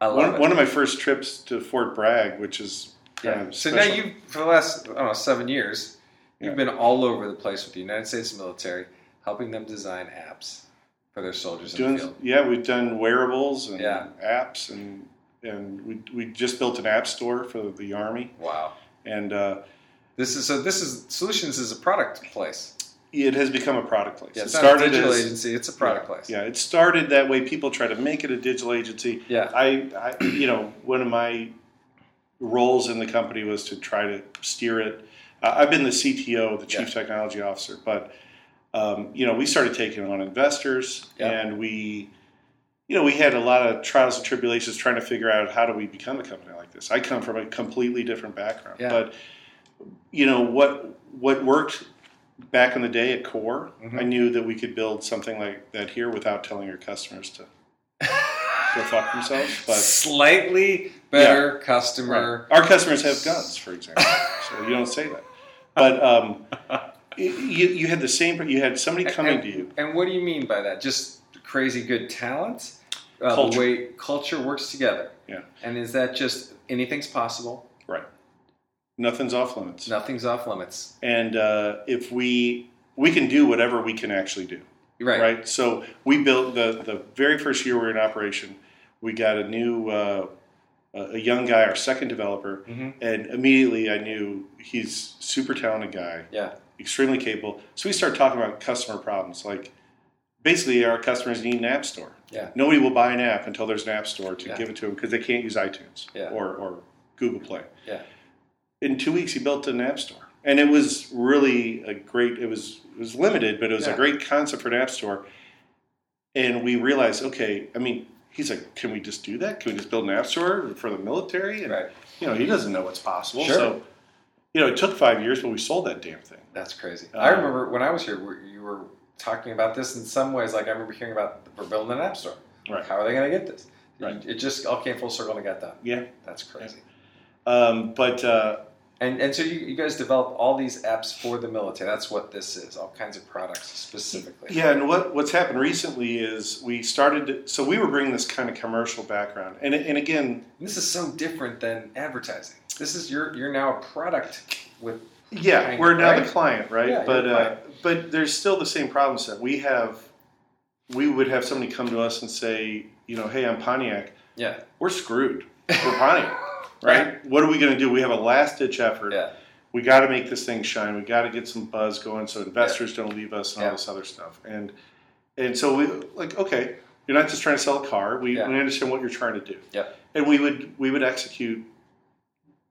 I love
one,
it.
one of my first trips to Fort Bragg, which is kind
Yeah.
of
So now
special.
you, for the last I don't know seven years, you've
Yeah.
been all over the place with the United States military, helping them design apps for their soldiers in
doing
the field.
yeah we've done wearables and
Yeah.
apps and and we, we just built an app store for the army
Wow.
and uh,
This is so. This is solutions is a product place.
it has become a product place
Yeah,
it
it's not a
started
digital
as
agency. It's a product place.
yeah it started that way people try to make it a digital agency
Yeah.
I, I you know one of my roles in the company was to try to steer it uh, i've been the cto the chief technology officer but um, you know we started taking on investors
Yeah.
and we you know we had a lot of trials and tribulations trying to figure out how do we become a company like this i come from a completely different background
Yeah.
but you know what what worked back in the day at core
Mhm.
i knew that we could build something like that here without telling your customers to go fuck themselves but
Slightly better customer.
Our customers have guns,
<laughs>
for example, so you don't say that. But um, you, you had the same. You had somebody coming
and,
to you.
And what do you mean by that? Just crazy good talent. Uh,
Culture.
The way culture works together.
Yeah.
And is that just anything's possible?
Right. Nothing's off limits.
Nothing's off limits.
And uh, if we we can do whatever we can actually do,
Right.
right? So we built the the very first year we were in operation, we got a new uh, a a young guy, our second developer,
Mhm.
and immediately I knew he's super talented guy.
Yeah.
extremely capable. So we start talking about customer problems. Like basically, our customers need an app store.
Yeah.
Nobody will buy an app until there's an app store to
Yeah.
give it to them because they can't use iTunes
Yeah.
or, or Google Play.
Yeah.
In two weeks, he built an app store, and it was really a great. It was it was limited, but it was
Yeah.
a great concept for an app store. And we realized, okay, I mean. He's like, can we just do that? Can we just build an app store for the military? And
Right.
you know, he doesn't know what's possible.
Sure.
So, you know, it took five years, but we sold that damn thing.
That's crazy.
Uh,
I remember when I was here, we- you were talking about this in some ways. Like I remember hearing about we're building an app store.
Right.
How are they going to get this?
Right.
It just all came full circle and it got done.
Yeah.
That's crazy.
Um, but uh,
And and so you, you guys develop all these apps for the military. That's what this is. All kinds of products specifically.
yeah, and what, what's happened recently is we started. To, so we were bringing this kind of commercial background, and and again,
And this is so different than advertising. This is you're you're now a product with
yeah,
Right,
we're now
right.
the client, right?
Yeah, you're
but
the
uh, but there's still the same problem set. We have we would have somebody come to us and say, you know, hey, I'm Pontiac.
yeah
We're screwed. We're
<laughs>
Pontiac, right? What are we going to do? We have a last ditch effort.
yeah
we got to make this thing shine. We got to get some buzz going so investors don't leave us and
Yeah.
all this other stuff. And and so we like okay, you're not just trying to sell a car. We,
Yeah.
we understand what you're trying to do.
Yeah.
And we would we would execute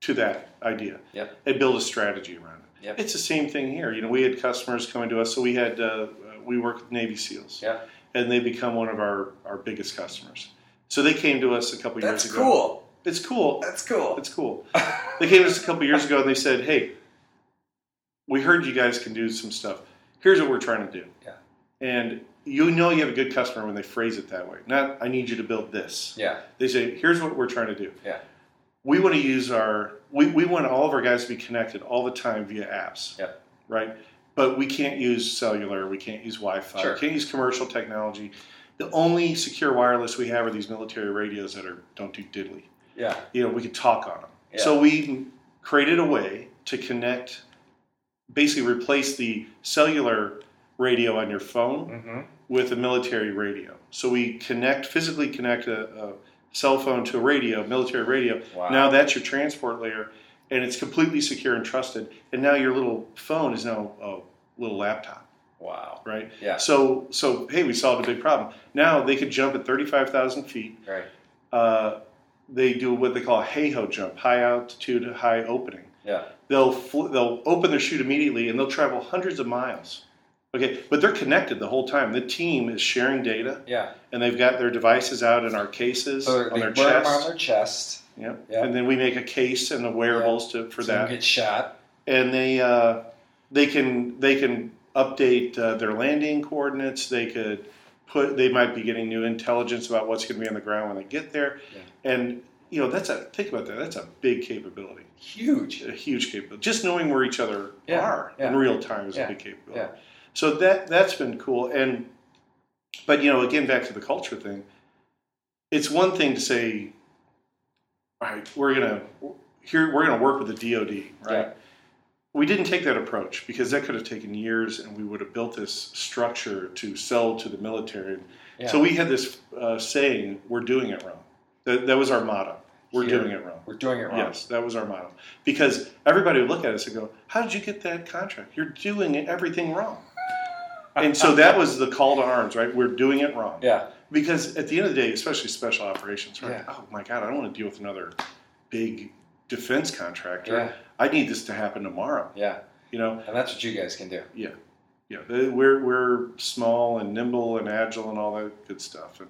to that idea.
Yeah.
And build a strategy around it.
Yeah.
It's the same thing here. You know, we had customers coming to us. So we had uh, we work with Navy SEAls.
Yeah.
And they become one of our our biggest customers. So they came to us a couple
that's
years ago.
cool.
It's cool.
That's cool.
It's cool. They came to us a couple years ago and they said, "Hey, we heard you guys can do some stuff. Here's what we're trying to do."
Yeah.
And you know you have a good customer when they phrase it that way. Not, "I need you to build this."
yeah
They say, "Here's what we're trying to do."
Yeah.
We want to use our we, we want all of our guys to be connected all the time via apps.
Yeah.
Right? But we can't use cellular, we can't use Wi-Fi,
Sure.
we can't use commercial technology. The only secure wireless we have are these military radios that are don't do diddly
yeah
you know, we could talk on them.
Yeah.
So we created a way to connect, basically replace the cellular radio on your phone
mm-hmm.
with a military radio. So we connect, physically connect a, a cell phone to a radio, military radio.
wow
Now that's your transport layer, and it's completely secure and trusted. And now your little phone is now a little laptop,
wow
right?
yeah
So, so hey, we solved a big problem. Now they could jump at thirty-five thousand feet
right
uh, they do what they call a hey ho jump, high altitude, high opening.
Yeah.
They'll fl- they'll open their chute immediately and they'll travel hundreds of miles. Okay, but they're connected the whole time. The team is sharing data,
Yeah.
and they've got their devices out in our cases
So
on
Oh, they
their
wear 'em
chest.
on their chest.
Yep.
Yeah.
And then we make a case and the wearables to for
so
that.
They get shot.
and they uh, they can they can update uh, their landing coordinates. They could put they might be getting new intelligence about what's going to be on the ground when they get there, and you know that's a think about that. That's a big capability,
Huge.
a huge capability. Just knowing where each other
Yeah,
are in
yeah.
real time is
Yeah,
a big capability.
yeah.
So that that's been cool, and but you know again back to the culture thing. It's one thing to say, all right, we're gonna here we're gonna work with the DoD, right? we didn't take that approach because that could have taken years and we would have built this structure to sell to the military.
Yeah.
So we had this uh, saying, we're doing it wrong. That, that was our motto. We're
Here.
doing it wrong.
We're doing it wrong.
Yes, that was our motto. Because everybody would look at us and go, How did you get that contract? You're doing everything wrong. and so that was the call to arms, right? We're doing it wrong.
Yeah.
Because at the end of the day, especially special operations, right?
Yeah.
Oh my God, I don't want to deal with another big defense contractor.
Yeah.
I need this to happen tomorrow.
Yeah.
You know,
And that's what you guys can do.
yeah, yeah. The- We're we're small and nimble and agile and all that good stuff. And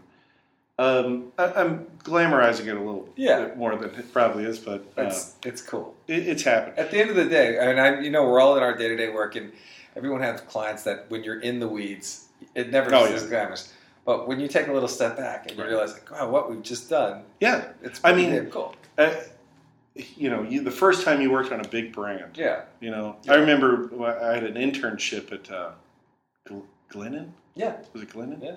um, I, I'm glamorizing it a little
Yeah.
bit more than it probably is, but uh,
It's it's cool.
it, it's happened.
At the end of the day, and I, you know, we're all in our day to day work, and everyone has clients that when you're in the weeds, it never
Oh,
is
yeah.
as glamorous. But when you take a little step back and you
Right.
realize, like, wow, what we've just done,
Yeah,
it's
I
pretty
mean-
damn cool.
uh, you know, you, the first time you worked on a big brand,
Yeah.
you know,
Yeah.
I remember when I had an internship at uh, Gl- Glennon.
Yeah.
<laughs> Was it Glennon?
Yeah.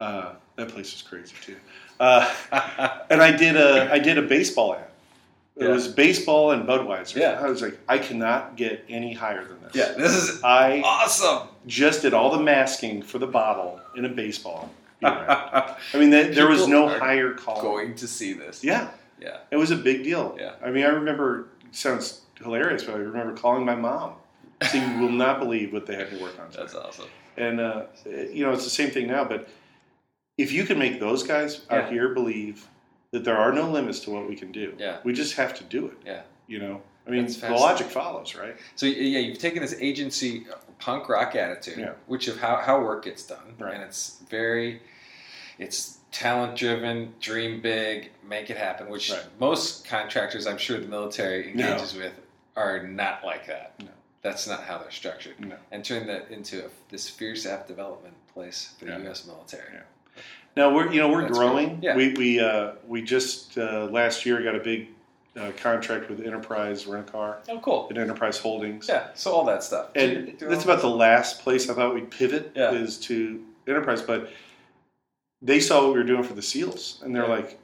Uh, that place was crazy too. Uh, and I did a I did a baseball ad. It
Yeah.
was baseball and Budweiser.
Yeah.
I was like, I cannot get any higher than this.
yeah. This is
I
awesome.
just did all the masking for the bottle in a baseball. beer ad.
<laughs>
I mean, that, there was no
People are
higher call.
Going to see this.
Yeah,
Yeah.
it was a big deal.
Yeah.
I mean, I remember. it Sounds hilarious, but I remember calling my mom. So you will not believe what they had to work on. today.
That's awesome.
And uh, you know, it's the same thing now. But if you can make those guys
Yeah.
out here believe that there are no limits to what we can do,
Yeah.
we just have to do it.
Yeah.
You know, I mean,
That's
the
fascinating.
logic follows, right?
So y- yeah, you've taken this agency uh, punk rock attitude,
Yeah.
which of how, how work gets done,
Right.
and it's very, it's talent driven, dream big, make it happen. Which
Right.
most contractors, I'm sure, the military
No.
engages with are not like that.
No.
That's not how they're structured,
No.
and turn that into a, this fierce app development place for the
Yeah.
U.S. military.
Yeah. Now we're you know we're
That's
growing.
great. Yeah.
We we uh, we just uh, last year got a big uh, contract with Enterprise Rent a Car
Oh, cool.
and Enterprise Holdings.
Yeah, so all that stuff.
and
Do all
that's about the last place I thought we'd pivot
Yeah.
is to enterprise. But they saw what we were doing for the SEALs, and they're
Yeah.
like,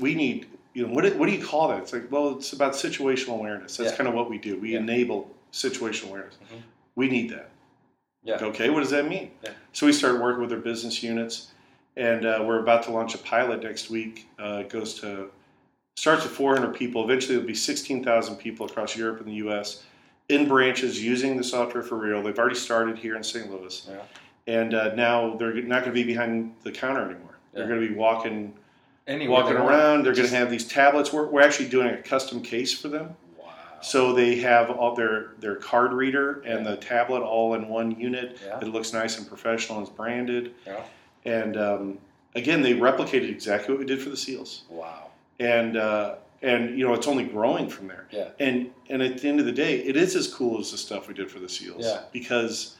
"We need, you know, what do, what do you call that?" It's like, well, it's about situational awareness. That's
Yeah.
kind of what we do. We
Yeah.
enable situational awareness.
Mhm.
We need that.
Yeah.
Okay, what does that mean?
Yeah.
So we started working with their business units, and uh, we're about to launch a pilot next week. Uh, it goes to starts with 400 people. Eventually, it'll be 16,000 people across Europe and the U.S. in branches using the software for real. They've already started here in St. Louis,
Yeah.
and uh, now they're not going to be behind the counter anymore.
Yeah.
They're going to be walking,
anywhere
walking
they want.
around. They're going
Just-
to have these tablets. We're, we're actually doing a custom case for them,
Wow.
so they have all their their card reader and
Yeah.
the tablet all in one unit.
Yeah.
It looks nice and professional. and It's branded,
Yeah.
and um, again, they replicated exactly what we did for the seals
Wow.
and uh, and you know it's only growing from there.
Yeah.
And and at the end of the day, it is as cool as the stuff we did for the seals
Yeah.
because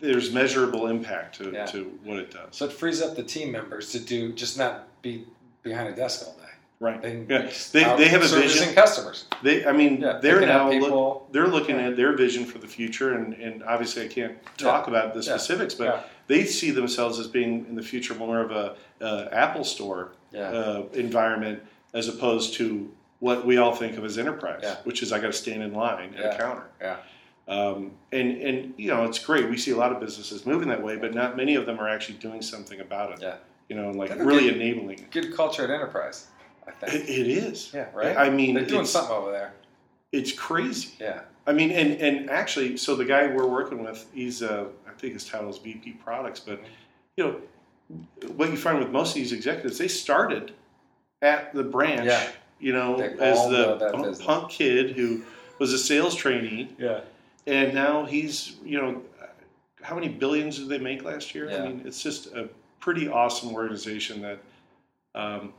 there's measurable impact to,
Yeah.
to what it does.
So it frees up the team members to do just not be behind a desk all day.
right.
They,
Yeah. They-
out
they have a
servicing
vision.
customers.
They, I mean,
Yeah,
they're
picking up
now look,
people.
they're looking
Yeah.
at their vision for the future, and, and obviously I can't talk about the
Yeah.
specifics, but
Yeah.
they see themselves as being in the future more of a uh, Apple Store
Yeah.
uh, environment as opposed to what we all think of as enterprise,
Yeah.
which is I got to stand in line at
Yeah.
a counter.
Yeah.
Um, and and you know it's great. We see a lot of businesses moving that way, but not many of them are actually doing something about it.
Yeah.
You know, and like
That'd be
really
good.
enabling. it.
Good culture at enterprise. I
It,
think.
it is.
yeah. Right.
I mean,
they're doing
it's,
something over there.
it's crazy.
Yeah.
I mean, and and actually, so the guy we're working with, he's uh, I think his title is VP Products, but you know, what you find with most of these executives, they started at the branch
Yeah.
you know,
They
as
all know
the
that
punk,
business.
punk kid who was a sales trainee,
Yeah.
and now he's, you know, how many billions did they make last year?
Yeah.
I mean, it's just a pretty awesome organization that um,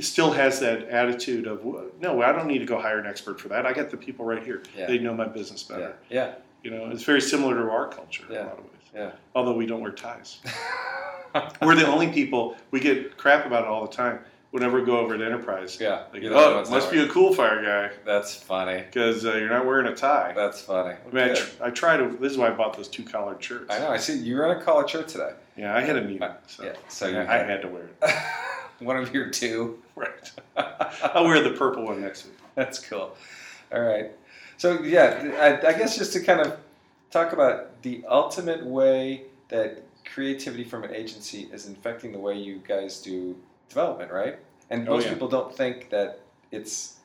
still has that attitude of, no, I don't need to go hire an expert for that. I got the people right here.
Yeah.
They know my business
Yeah.
better.
Yeah.
You know, it's very similar to our culture in
Yeah.
a lot of ways.
Yeah.
Although we don't wear
<laughs>
ties. We're the only people we get crap about it all the time whenever we go over to Enterprise.
Yeah.
Like,
You're the only
oh,
ones
must
that
be a cool fire guy
That's funny.
because uh, you're not wearing a tie.
That's funny.
I, mean, I,
Oh, Good.
tr- I try to. This is why I bought those two collared shirts.
I know. I see you were in a collared shirt today. <laughs>
Yeah, I had a meeting, so,
yeah. So you
I, I had to wear
<laughs>
it.
one of your two. <laughs>
Right. I'll wear the purple one next week.
That's cool. All right. So yeah, I, I guess just to kind of talk about the ultimate way that creativity from an agency is infecting the way you guys do development, right? And
Oh,
most
yeah.
people don't think that it's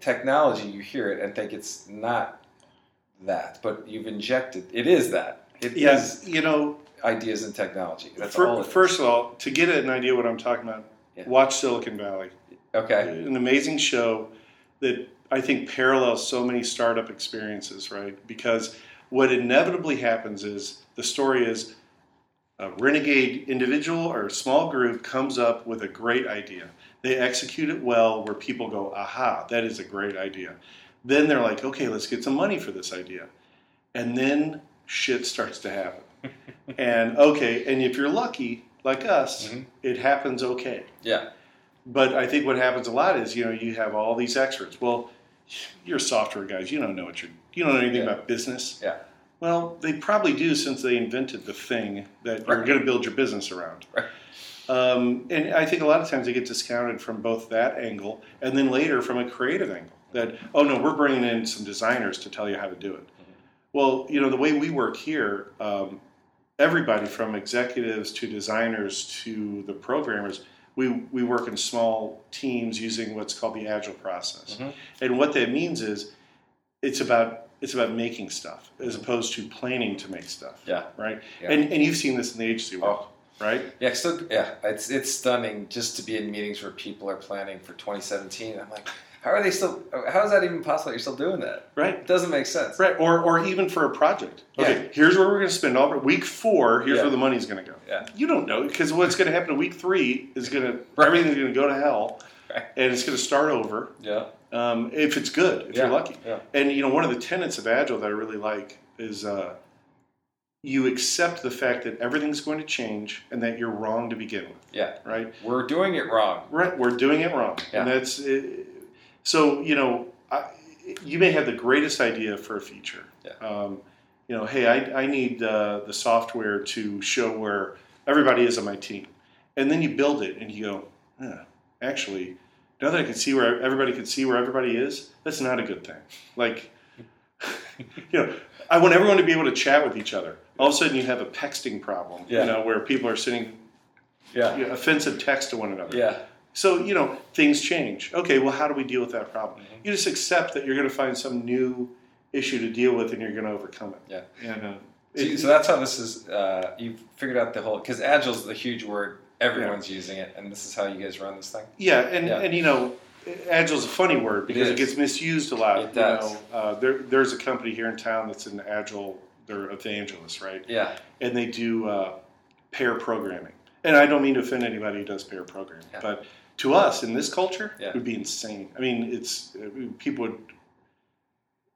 technology. You hear it and think it's not that, but you've injected. It is that. It is
Yes, you know,
ideas and technology. That's
fir-
all. It is.
first of all, to get an idea what I'm talking about,
Yeah.
watch Silicon Valley.
okay.
an amazing show that I think parallels so many startup experiences, right? Because what inevitably happens is the story is a renegade individual or a small group comes up with a great idea. They execute it well, where people go, aha, that is a great idea. Then they're like, okay, let's get some money for this idea. And then shit starts to happen. and okay, and if you're lucky, like us,
Mhm.
it happens okay.
Yeah.
But I think what happens a lot is you know you have all these experts. Well, you're software guys. You don't know what you're. You don't know anything
Yeah.
about business.
Yeah.
Well, they probably do since they invented the thing that you're
Right.
going to build your business around.
Right.
Um, and I think a lot of times they get discounted from both that angle and then later from a creative angle. That oh no, we're bringing in some designers to tell you how to do it. Well, you know the way we work here, um, everybody from executives to designers to the programmers, we, we work in small teams using what's called the agile process.
Mhm.
And what that means is it's about it's about making stuff as opposed to planning to make stuff.
Yeah.
Right.
Yeah.
And and you've seen this in the agency world, right?
Yeah, so yeah, it's it's stunning just to be in meetings where people are planning for 2017. I'm like, how are they still? How is that even possible? that You're still doing that?
Right.
It doesn't make sense.
Right. Or or even for a project. Okay,
Yeah.
here's where we're gonna spend all week four, here's
Yeah.
where the money's gonna go.
Yeah.
You don't know because what's gonna happen in week three is gonna
Right.
everything's gonna go to hell
Right.
and it's gonna start over.
Yeah.
Um, if it's good, if
Yeah.
you're lucky.
Yeah.
And you know, one of the tenets of agile that I really like is uh, you accept the fact that everything's going to change and that you're wrong to begin with.
Yeah.
Right.
We're doing it wrong.
Right. We're doing it wrong,
Yeah.
and that's uh, so. You know, I, you may have the greatest idea for a feature.
Yeah.
Um, you know, hey, I, I need uh, the software to show where everybody is on my team, and then you build it and you go, huh, actually, now that I can see where everybody can see where everybody is, that's not a good thing. Like, <laughs> you know, I want everyone to be able to chat with each other. All of a sudden, you have a texting problem.
Yeah.
You know, where people are sending
Yeah.
you know, offensive text to one another.
Yeah.
So, you know, things change. Okay, well, how do we deal with that problem?
Mm-hmm.
You just accept that you're going to find some new issue to deal with and you're going to overcome it.
Yeah.
And, uh,
So,
it-
so that's how this is. Uh, you've figured out the whole because agile's the huge word. Everyone's using it, and this is how you guys run this thing.
yeah, and,
Yeah.
and you know, agile's a funny word because it,
is.
gets misused a lot.
It does.
You know, uh, there, there's a company here in town that's an agile, they're evangelists, right?
Yeah.
and they do uh, pair programming. And I don't mean to offend anybody who does pair programming,
Yeah.
but to us in this culture,
Yeah.
it would be insane. I mean, it's it- people would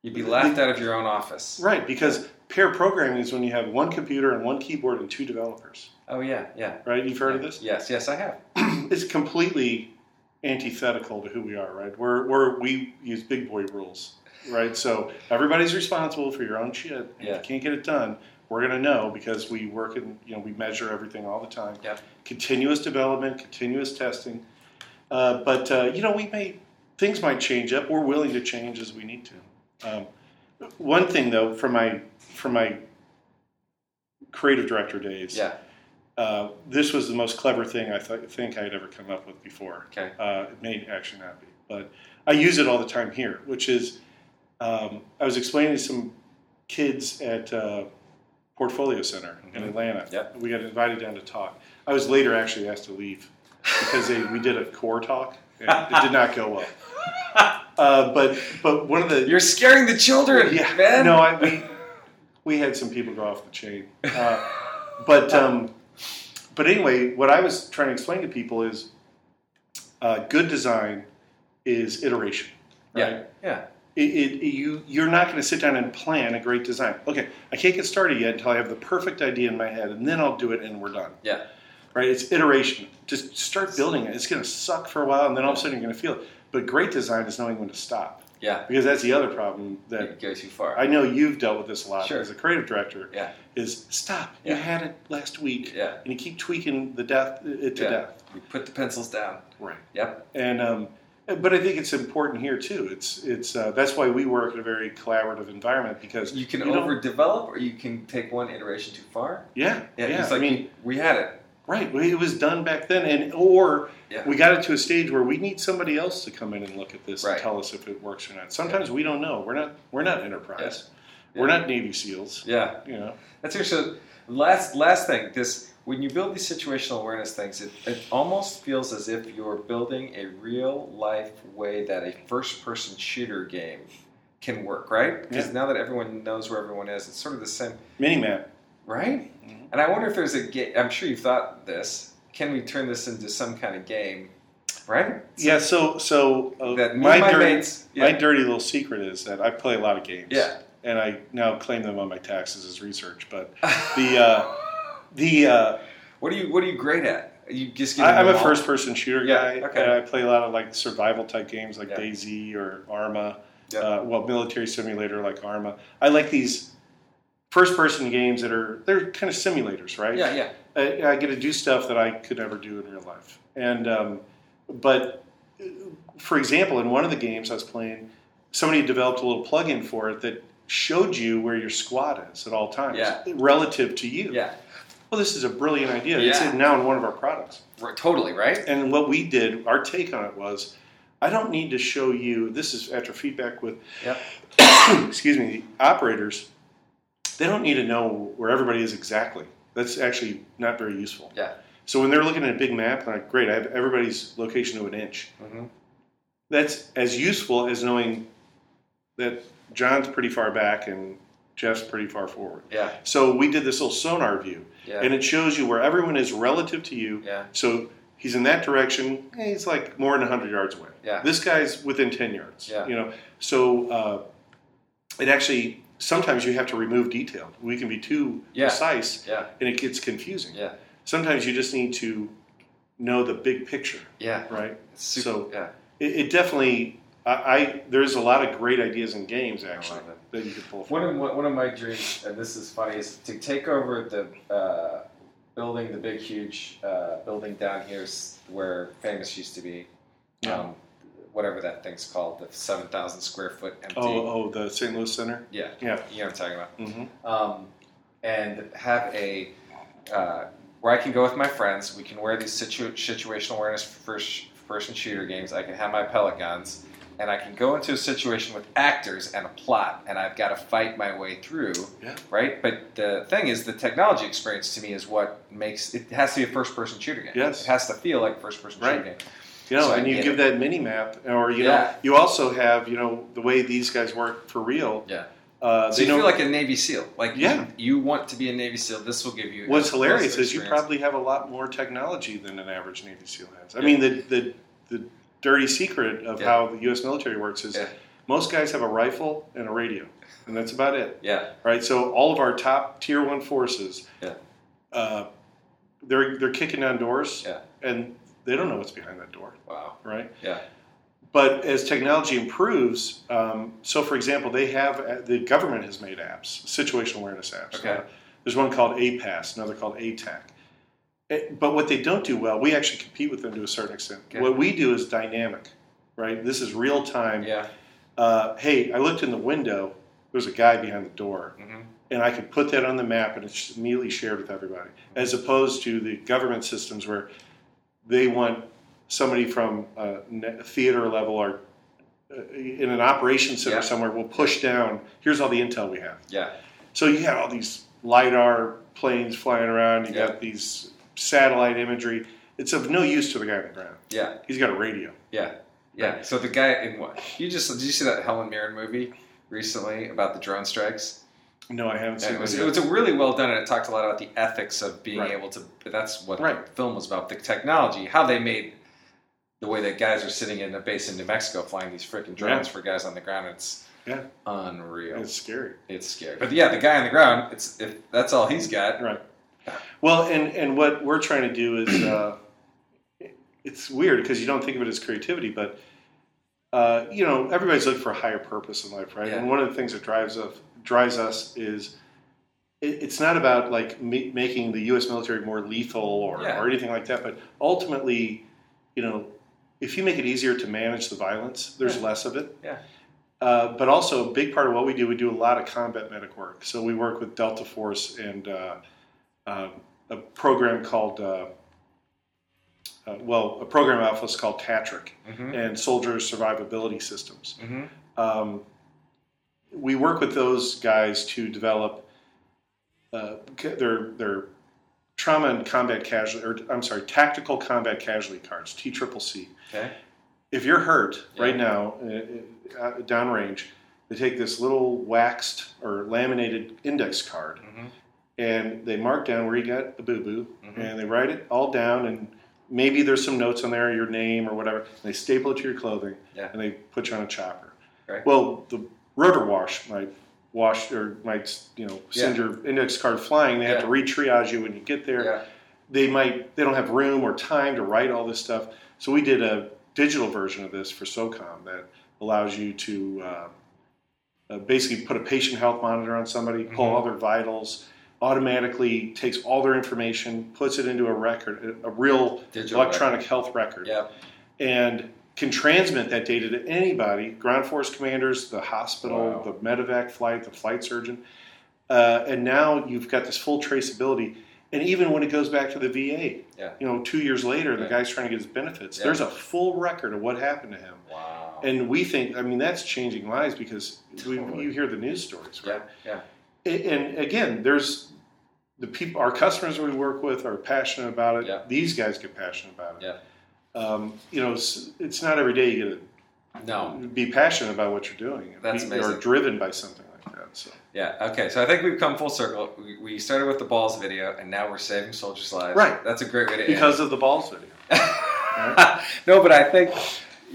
You'd be laughed out of your own office.
right because pair programming is when you have one computer and one keyboard and two developers.
Oh yeah. Yeah.
Right? You've heard of this?
Yes. Yes, I have.
It's completely antithetical to who we are. Right? We're, we're we use big boy rules. Right? So everybody's responsible for your own shit. and If
Yeah.
you can't get it done, we're gonna know because we work in you know we measure everything all the time.
Yeah.
continuous development, continuous testing. Uh, but uh, you know, we may things might change up. We're willing to change as we need to. Um, one thing though, from my from my creative director days,
Yeah.
uh, this was the most clever thing I th- think I had ever come up with before.
Okay.
Uh, it may actually not be, but I use it all the time here, which is um, I was explaining to some kids at uh, Portfolio Center in
Mhm.
Atlanta.
Yep.
We got invited down to talk. I was later actually asked to leave because they, we did a core talk. and it did not go well.
<laughs>
Uh, but but one of the
You're scaring the children,
yeah,
man.
No, I, we we had some people go off the chain, uh, but um, but anyway, what I was trying to explain to people is uh, good design is iteration. Right?
yeah, yeah.
It, it, you you're not going to sit down and plan a great design. Okay, I can't get started yet until I have the perfect idea in my head, and then I'll do it, and we're done.
Yeah.
Right? It's iteration. Just start building it. It's going to suck for a while, and then all of a sudden you're going to feel it. But great design is knowing when to stop.
Yeah.
Because that's the other problem
You
that
go too far.
I know you've dealt with this a lot
Sure.
as a creative director.
Yeah.
Is stop.
Yeah.
You had it last week,
yeah,
and you keep tweaking the death uh, it to
Yeah.
death.
you put the pencils down.
Right.
Yep.
And um, but I think it's important here too. It's it's uh, that's why we work in a very collaborative environment because
You can
you don't-
overdevelop, or you can take one iteration too far.
yeah
Yeah,
yeah,
it's like
I mean
we had it.
right well, it was done back then and or
Yeah.
we got it to a stage where we need somebody else to come in and look at this
Right.
and tell us if it works or not. Sometimes we don't know. We're not we're not enterprise. We're
Yeah.
not Navy SEALs.
Yeah.
You know.
That's true. So last last thing, this when you build these situational awareness things, it, it almost feels as if you're building a real life way that a first person shooter game can work, right? Because
Yeah.
now that everyone knows where everyone is, it's sort of the same,
Minimap.
right?
Mm-hmm.
And I wonder if there's a game. I'm sure you've thought this. Can we turn this into some kind of game, right?
Yeah, so so uh,
That me
my,
and my
dirty,
mates-
my
yeah.
dirty little secret is that I play a lot of games.
Yeah.
and I now claim them on my taxes as research.
<laughs>
But the uh, the uh,
What are you What are you great at? Are you just getting
I, I'm
them
a
all-
first person shooter
Yeah,
guy,
okay.
and I play a lot of like survival type games like
Yeah.
DayZ or Arma.
Yeah.
Uh, well, military simulator like Arma. I like these first person games that are they're kind of simulators, right?
Yeah, yeah,
I, I get to do stuff that I could never do in real life. And um, but uh, for example, in one of the games I was playing, somebody developed a little plugin for it that showed you where your squad is at all times
Yeah.
relative to you.
yeah.
Well, this is a brilliant idea. It's
Yeah.
in- now in one of our products.
Right, totally, right?
And what we did, our take on it was, I don't need to show you. This is after feedback with,
Yep.
<coughs> excuse me, the operators. They don't need to know where everybody is exactly. That's actually not very useful.
Yeah.
So when they're looking at a big map, they're like, great, I have everybody's location to an inch.
Mhm.
That's as useful as knowing that John's pretty far back and Jeff's pretty far forward.
Yeah,
So we did this little sonar view,
yeah,
and it shows you where everyone is relative to you.
yeah,
So he's in that direction. eh, He's like more than 100 yards away.
yeah.
This guy's within 10 yards.
Yeah.
You know, so uh, it actually sometimes you have to remove detail. We can be too
Yeah.
precise,
Yeah.
and it gets confusing.
Yeah.
Sometimes you just need to know the big picture,
Yeah.
right?
It's super,
So-
yeah,
It, it definitely. I, I there's a lot of great ideas in games actually
love it.
that you could pull from.
one of my, one of my dreams, and this is funny, is to take over the uh, building, the big huge uh, building down here s- where Famous used to be. Um, whatever that thing's called, the seven thousand square foot empty.
Oh, oh, the St. Louis Center.
Yeah,
Yeah.
you know what I'm talking about.
hmm
um, and have a uh, where I can go with my friends. We can wear these situ- situational awareness first person shooter games. I can have my pellet guns, and I can go into a situation with actors and a plot, and I've got to fight my way through.
Yeah.
Right. But the thing is, the technology experience to me is what makes it has to be a first person shooter game.
Yes.
It has to feel like a first person shooter
Right.
game.
You know,
So I
and you
get
give that mini map, or you
Yeah.
know, you also have you know the way these guys work for real.
Yeah.
Uh,
So
they
you
know-
feel like a Navy SEAL. Like you-
Yeah.
you, want to be a Navy SEAL. This will give you.
What's
a
hilarious
closer
is you
experience.
probably have a lot more technology than an average Navy SEAL has. I
Yeah.
mean, the, the the dirty secret of
Yeah.
how the U.S. military works is
Yeah.
most guys have a rifle and a radio, and that's about it,
Yeah.
right? So all of our top tier one forces,
Yeah.
uh, they're they're kicking down doors,
Yeah.
and they don't know what's behind that door,
Wow.
right?
Yeah.
But as technology improves, um, so for example, they have uh, the government has made apps, situational awareness apps.
Okay.
There's one called APAS, another called ATAC. Eh, But what they don't do well, we actually compete with them to a certain extent.
Okay.
What we do is dynamic, right? This is real time.
Yeah.
Uh, hey, I looked in the window. There's a guy behind the door,
Mhm.
and I could put that on the map, and it's just immediately shared with everybody. As opposed to the government systems where they want somebody from a ne- theater level or uh, in an operations center
Yeah.
somewhere will push down. Here's all the intel we have.
Yeah.
So you have all these lidar planes flying around. You
Yeah.
got these satellite imagery. It's of no use to the guy on the ground.
Yeah,
He's got a radio.
yeah, yeah. So the guy in what you just did you see that Helen Mirren movie recently about the drone strikes?
No, I haven't
And
seen
it was
it
it was really well done, and it talked a lot about the ethics of being
Right.
able to. But that's what
Right.
the film was about: the technology, how they made the way that guys are sitting in a base in New Mexico flying these freaking drones for guys on the ground. It's
Yeah.
unreal.
It's scary.
It's scary. But yeah, the guy on the ground, it's if that's all he's got.
Right. Well, and and what we're trying to do is, uh, it's weird because you don't think of it as creativity, but uh, you know everybody's looking for a higher purpose in life, right?
Yeah.
And one of the things that drives us drives us is it, it's not about like ma- making the U.S. military more lethal or
Yeah.
or anything like that, but ultimately, you know, if you make it easier to manage the violence, there's
Yeah.
less of it.
Yeah.
Uh, but also, a big part of what we do, we do a lot of combat medic work. So we work with Delta Force and uh, um a program called, uh, uh, well, a program alpha is called TATRIC
Mm-hmm.
and Soldier Survivability Systems.
Mm-hmm.
Um, we work with those guys to develop uh, ca- their their trauma and combat casualty, or I'm sorry, tactical combat casualty cards, TCCC
Okay.
if you're hurt
Yeah.
right now, uh, uh, downrange, they take this little waxed or laminated index card
Mm-hmm.
and they mark down where you got a boo boo
Mhm.
and they write it all down and maybe there's some notes on there, your name or whatever. And they staple it to your clothing
Yeah.
and they put you on a chopper.
Right.
Well, the rotor wash might wash or might you know send your index card flying. They have to
Yeah.
re-triage you when you get there
Yeah.
they might they don't have room or time to write all this stuff. So we did a digital version of this for SOCOM that allows you to uh, uh, basically put a patient health monitor on somebody, pull all their vitals, automatically takes all their information, puts it into a record, a, a real
Digital
electronic health record,
Yeah.
and can transmit that data to anybody ground force commanders, the hospital,
Wow.
the medevac flight, the flight surgeon. Uh, and now you've got this full traceability. And even when it goes back to the VA,
Yeah.
you know, two years later, the
Yeah.
guy's trying to get his benefits.
Yeah.
There's a full record of what happened to him.
Wow.
And we think, I mean, that's changing lives because we,
Totally.
you hear the news stories,
yeah.
right?
Yeah.
A- And again, there's the people, our customers we work with are passionate about it.
Yeah.
These guys get passionate about it.
Yeah.
Um, you know, it's, it's not every day you get to
No.
be passionate about what you're doing.
That's
be, Or
amazing.
driven by something like that. So
Yeah. Okay. So I think we've come full circle. We, we started with the balls video, and now we're saving soldiers' lives.
Right.
That's a great way to end.
because of the balls video,
<laughs> no, but I think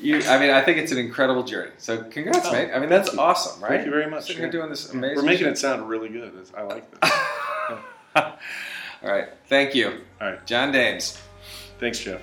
you. I mean, I think it's an incredible journey. So congrats,
Oh,
mate. I mean, that's awesome, right?
you very much,
Sitting here
yeah.
doing this amazing.
we're making it sound really good. It's- I like this.
<laughs> All right. Thank you,
All right,
John Dames.
thanks, Jeff.